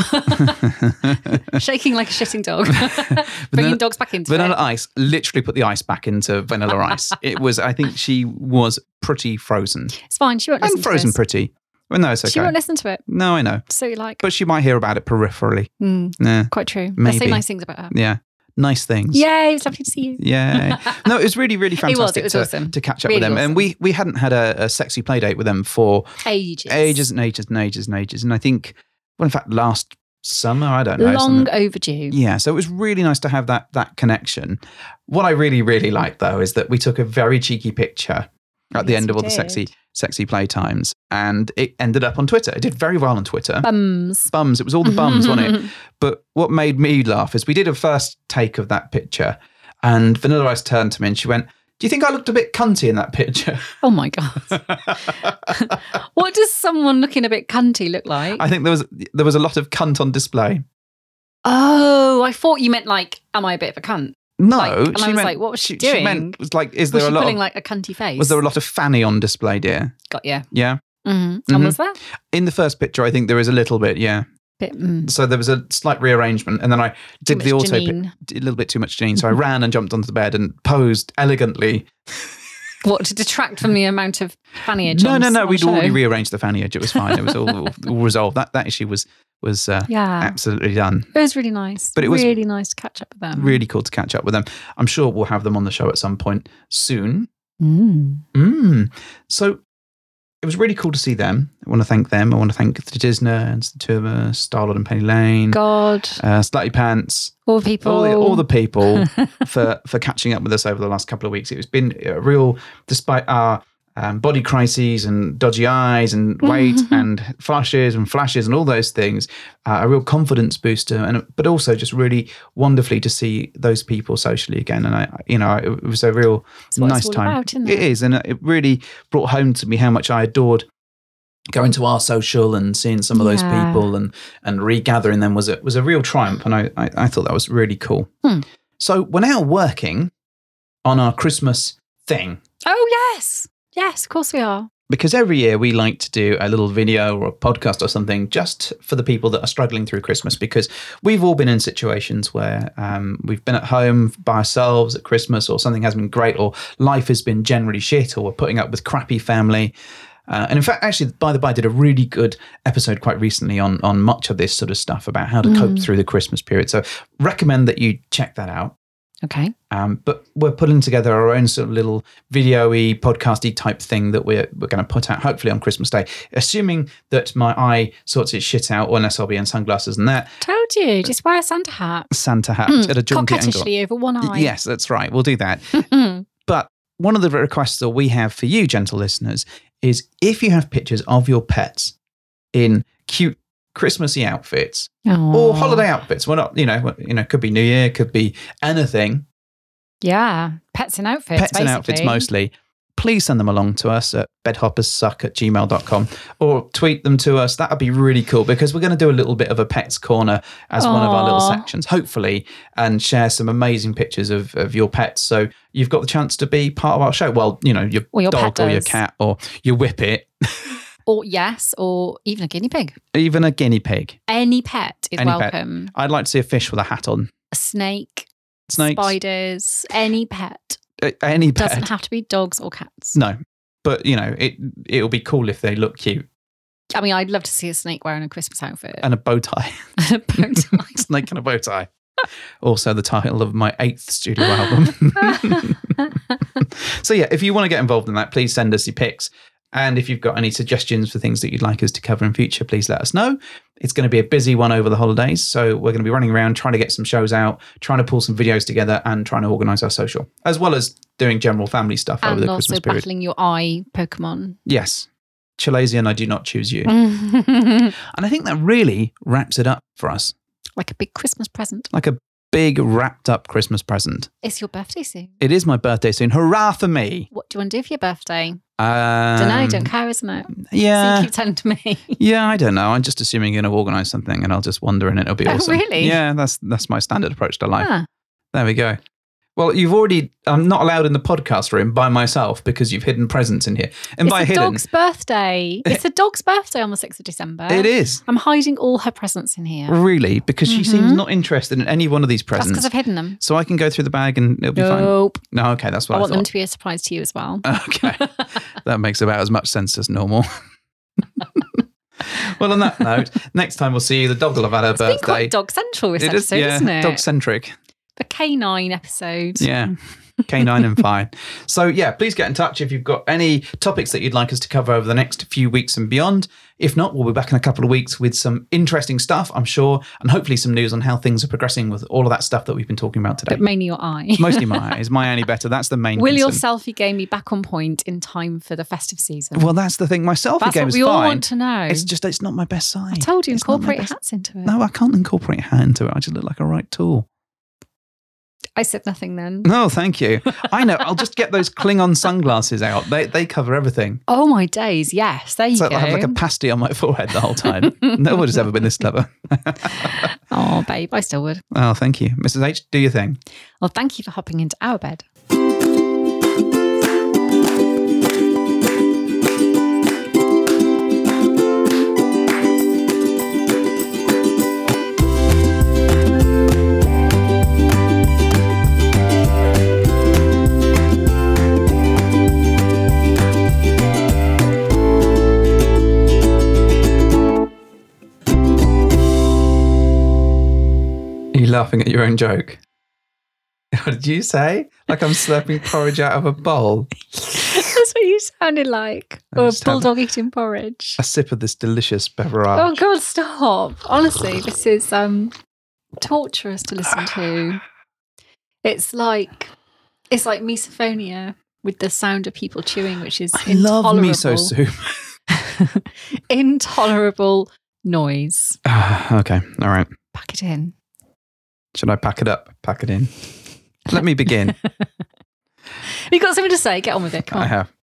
Speaker 3: shaking like a shitting dog, bringing
Speaker 1: Vanilla-
Speaker 3: dogs back into
Speaker 1: Vanilla
Speaker 3: it.
Speaker 1: ice literally put the ice back into vanilla ice. It was, I think she was pretty frozen.
Speaker 3: It's fine. She won't listen.
Speaker 1: And frozen
Speaker 3: to this.
Speaker 1: pretty. Well, no, it's
Speaker 3: She
Speaker 1: okay.
Speaker 3: won't listen to it.
Speaker 1: No, I know.
Speaker 3: So you like,
Speaker 1: But she might hear about it peripherally.
Speaker 3: Mm,
Speaker 1: Yeah.
Speaker 3: quite true. They
Speaker 1: Maybe.
Speaker 3: say nice things about her.
Speaker 1: Yeah. Nice things.
Speaker 3: Yay, it was lovely to see you.
Speaker 1: Yay. No, it was really, really
Speaker 3: was, it
Speaker 1: fantastic
Speaker 3: was
Speaker 1: to,
Speaker 3: awesome.
Speaker 1: to catch up with
Speaker 3: Really
Speaker 1: them. And
Speaker 3: awesome.
Speaker 1: we, we hadn't had a, a sexy play date with them for
Speaker 3: Ages,
Speaker 1: ages and ages and ages and ages. And I think, well, in fact, last summer, I don't know.
Speaker 3: long
Speaker 1: something-
Speaker 3: overdue.
Speaker 1: Yeah, so it was really nice to have that that connection. What I really really liked though is that we took a very cheeky picture at the
Speaker 3: Yes,
Speaker 1: end of
Speaker 3: we
Speaker 1: all the
Speaker 3: did.
Speaker 1: sexy sexy playtimes, and it ended up on Twitter. It did very well on Twitter.
Speaker 3: Bums.
Speaker 1: Bums, it was all the bums, wasn't it? But what made me laugh is we did a first take of that picture, and Vanilla Ice turned to me and she went, "Do you think I looked a bit cunty in that picture?"
Speaker 3: Oh my god. what does someone looking a bit cunty look like?
Speaker 1: I think there was there was a lot of cunt on display.
Speaker 3: oh, I thought you meant like, am I a bit of a cunt?
Speaker 1: No,
Speaker 3: Like, and
Speaker 1: she
Speaker 3: I was
Speaker 1: meant,
Speaker 3: like, what was she
Speaker 1: She
Speaker 3: doing?
Speaker 1: meant was like, is there
Speaker 3: was
Speaker 1: a
Speaker 3: she
Speaker 1: lot?
Speaker 3: pulling
Speaker 1: Of,
Speaker 3: like a cunty face?
Speaker 1: was there a lot of fanny on display, dear?
Speaker 3: Got yeah.
Speaker 1: Yeah.
Speaker 3: Mhm.
Speaker 1: Mhm.
Speaker 3: And was there?
Speaker 1: In the first picture, I think there is a little bit, yeah.
Speaker 3: Bit. Mm.
Speaker 1: So there was a slight rearrangement, and then I
Speaker 3: Too
Speaker 1: did the
Speaker 3: much
Speaker 1: auto pic-
Speaker 3: Janine.
Speaker 1: did a little bit too much Janine. So I ran and jumped onto the bed and posed elegantly.
Speaker 3: What to detract from the amount of fannyage?
Speaker 1: no,
Speaker 3: on-
Speaker 1: no, no.
Speaker 3: on
Speaker 1: We'd
Speaker 3: show?
Speaker 1: already rearranged the fanny edge. It was fine. It was all, all, all resolved. That that issue was was uh,
Speaker 3: Yeah,
Speaker 1: absolutely done.
Speaker 3: it was really nice.
Speaker 1: But it was-
Speaker 3: really nice to catch up with them.
Speaker 1: Really cool to catch up with them. I'm sure we'll have them on the show at some point soon.
Speaker 3: Mm.
Speaker 1: Mm. So it was really cool to see them. I want to thank them. I want to thank the Disney and the two of us, Starlord and Penny Lane,
Speaker 3: God,
Speaker 1: uh, Slutty Pants,
Speaker 3: all the people,
Speaker 1: all the, all the people for for catching up with us over the last couple of weeks. It's been a real, despite our um, body crises and dodgy eyes and
Speaker 3: Mm-hmm.
Speaker 1: weight and flashes and flashes and all those things, uh, a real confidence booster. And but also just really wonderfully to see those people socially again. And I, I- you know, it was a real
Speaker 3: what it's
Speaker 1: nice
Speaker 3: all
Speaker 1: time.
Speaker 3: about, isn't
Speaker 1: it
Speaker 3: it?
Speaker 1: is, and it really brought home to me how much I adored going to our social and seeing some of those
Speaker 3: Yeah.
Speaker 1: people and and regathering them was a was a real triumph, and I I, I thought that was really cool.
Speaker 3: Hmm.
Speaker 1: So we're now working on our Christmas thing
Speaker 3: Oh yes, yes, of course we are.
Speaker 1: because every year we like to do a little video or a podcast or something just for the people that are struggling through Christmas because we've all been in situations where um, we've been at home by ourselves at Christmas or something hasn't been great or life has been generally shit or we're putting up with crappy family. Uh, and in fact, actually, by the by, did a really good episode quite recently on on much of this sort of stuff about how to cope through the Christmas period. So recommend that you check that out.
Speaker 3: Okay,
Speaker 1: Um, but we're putting together our own sort of little video-y, podcasty type thing that we're, we're going to put out hopefully on Christmas Day, assuming that my eye sorts its shit out, or unless I'll be in sunglasses and that
Speaker 3: told you, just wear a Santa hat,
Speaker 1: Santa hat
Speaker 3: Hmm,
Speaker 1: at a jaunty angle.
Speaker 3: coquettishly over one eye.
Speaker 1: Yes, that's right. We'll do that.
Speaker 3: Mm.
Speaker 1: But one of the requests that we have for you, gentle listeners, is if you have pictures of your pets in cute Christmassy outfits or
Speaker 3: Aw.
Speaker 1: holiday outfits, we're not, you know, you know, could be New Year, could be anything.
Speaker 3: Yeah, pets and outfits.
Speaker 1: pets and outfits
Speaker 3: basically.
Speaker 1: mostly please send them along to us at bedhopperssuck at gmail.com or tweet them to us that would be really cool because we're going to do a little bit of a pets corner as one of our little
Speaker 3: Aw.
Speaker 1: sections hopefully and share some amazing pictures of, of your pets so you've got the chance to be part of our show well you know your,
Speaker 3: Or your
Speaker 1: dog
Speaker 3: pet
Speaker 1: or your
Speaker 3: does.
Speaker 1: cat or your whippet
Speaker 3: Or yes, or even a guinea pig.
Speaker 1: even a guinea pig
Speaker 3: Any pet is
Speaker 1: Any pet.
Speaker 3: welcome.
Speaker 1: i'd like to see a fish with a hat on
Speaker 3: A snake,
Speaker 1: snakes,
Speaker 3: spiders, any pet.
Speaker 1: uh, any pet.
Speaker 3: Doesn't have to be dogs or cats.
Speaker 1: No, but you know it. It'll be cool if they look cute
Speaker 3: I mean, I'd love to see a snake wearing a Christmas outfit.
Speaker 1: and a bow tie.
Speaker 3: And a bow tie.
Speaker 1: Snake and a bow tie. also, the title of my eighth studio album. so yeah, if you want to get involved in that, please send us your pics. And if you've got any suggestions for things that you'd like us to cover in future, please let us know. It's going to be a busy one over the holidays, so we're going to be running around trying to get some shows out, trying to pull some videos together, and trying to organise our social, as well as doing general family stuff over
Speaker 3: and
Speaker 1: the
Speaker 3: also
Speaker 1: Christmas period.
Speaker 3: battling your eye Pokemon.
Speaker 1: Yes, Chalazian, I do not choose
Speaker 3: Mm.
Speaker 1: you. And I think that really wraps it up for us.
Speaker 3: like a big Christmas present.
Speaker 1: Like a big wrapped up Christmas present.
Speaker 3: It's your birthday soon.
Speaker 1: It is my birthday soon. Hurrah for me.
Speaker 3: What do you want to do for your birthday?
Speaker 1: Um,
Speaker 3: Don't know, don't care, isn't it? so you
Speaker 1: Yeah.
Speaker 3: keep telling to me.
Speaker 1: Yeah, I don't know. I'm just assuming you're going to organise something and I'll just wander and it'll be
Speaker 3: Oh,
Speaker 1: awesome.
Speaker 3: really?
Speaker 1: Yeah, that's that's my standard approach to life.
Speaker 3: Ah,
Speaker 1: There we go. Well, you've already. I'm not allowed in the podcast room by myself because you've hidden presents in here. And
Speaker 3: it's
Speaker 1: by
Speaker 3: a
Speaker 1: hidden,
Speaker 3: dog's birthday. It's a dog's birthday on the 6th of December.
Speaker 1: it is
Speaker 3: I'm hiding all her presents in here.
Speaker 1: really because she
Speaker 3: Mm-hmm.
Speaker 1: seems not interested in any one of these
Speaker 3: That's
Speaker 1: presents.
Speaker 3: because I've hidden them.
Speaker 1: so I can go through the bag and it'll be fine.
Speaker 3: Nope.
Speaker 1: No, okay, that's what
Speaker 3: I
Speaker 1: I,
Speaker 3: want
Speaker 1: thought.
Speaker 3: them to be a surprise to you as well.
Speaker 1: Okay. that makes about as much sense as normal. well, on that note, next time we'll see you. The dog will have had her
Speaker 3: It's been
Speaker 1: birthday.
Speaker 3: quite dog central this
Speaker 1: It is-
Speaker 3: episode,
Speaker 1: yeah,
Speaker 3: isn't it?
Speaker 1: Dog centric.
Speaker 3: the canine episode.
Speaker 1: Yeah. Canine and fine. So, yeah, please get in touch if you've got any topics that you'd like us to cover over the next few weeks and beyond. If not, we'll be back in a couple of weeks with some interesting stuff, I'm sure, and hopefully some news on how things are progressing with all of that stuff that we've been talking about today.
Speaker 3: But mainly your eye.
Speaker 1: Mostly my eye. Is my eye any better? That's the main
Speaker 3: Will your
Speaker 1: concern.
Speaker 3: selfie game be back on point in time for the festive season?
Speaker 1: Well, that's the thing. My selfie
Speaker 3: That's
Speaker 1: game
Speaker 3: what
Speaker 1: is
Speaker 3: we all
Speaker 1: fine.
Speaker 3: want to know.
Speaker 1: It's just it's not my best side.
Speaker 3: I told you,
Speaker 1: It's not my
Speaker 3: incorporate
Speaker 1: best-
Speaker 3: hats into it.
Speaker 1: No, I can't incorporate hat into it. I just look like a right tool.
Speaker 3: I said nothing then.
Speaker 1: No, thank you. I know. I'll just get those Klingon sunglasses out. They they cover everything.
Speaker 3: Oh my days! Yes, there you
Speaker 1: So
Speaker 3: go.
Speaker 1: I have like a pasty on my forehead the whole time. Nobody's ever been this clever.
Speaker 3: oh, babe, I still would.
Speaker 1: Oh, thank you, Mrs. H. Do your thing.
Speaker 3: Well, thank you for hopping into our bed.
Speaker 1: Are you laughing at your own joke? What did you say? Like I'm slurping porridge out of a bowl.
Speaker 3: That's what you sounded like.
Speaker 1: I
Speaker 3: Or a
Speaker 1: just have-
Speaker 3: bulldog eating porridge.
Speaker 1: A sip of this delicious beverage.
Speaker 3: Oh God, stop! Honestly, this is um torturous to listen to. It's like it's like misophonia with the sound of people chewing, which is
Speaker 1: I
Speaker 3: intolerable,
Speaker 1: love miso soup.
Speaker 3: intolerable noise.
Speaker 1: okay, all right.
Speaker 3: Pack it in.
Speaker 1: Should I pack it up? Pack it in. Let me begin.
Speaker 3: You've got something to say. Get on with it. Come
Speaker 1: I
Speaker 3: on.
Speaker 1: have.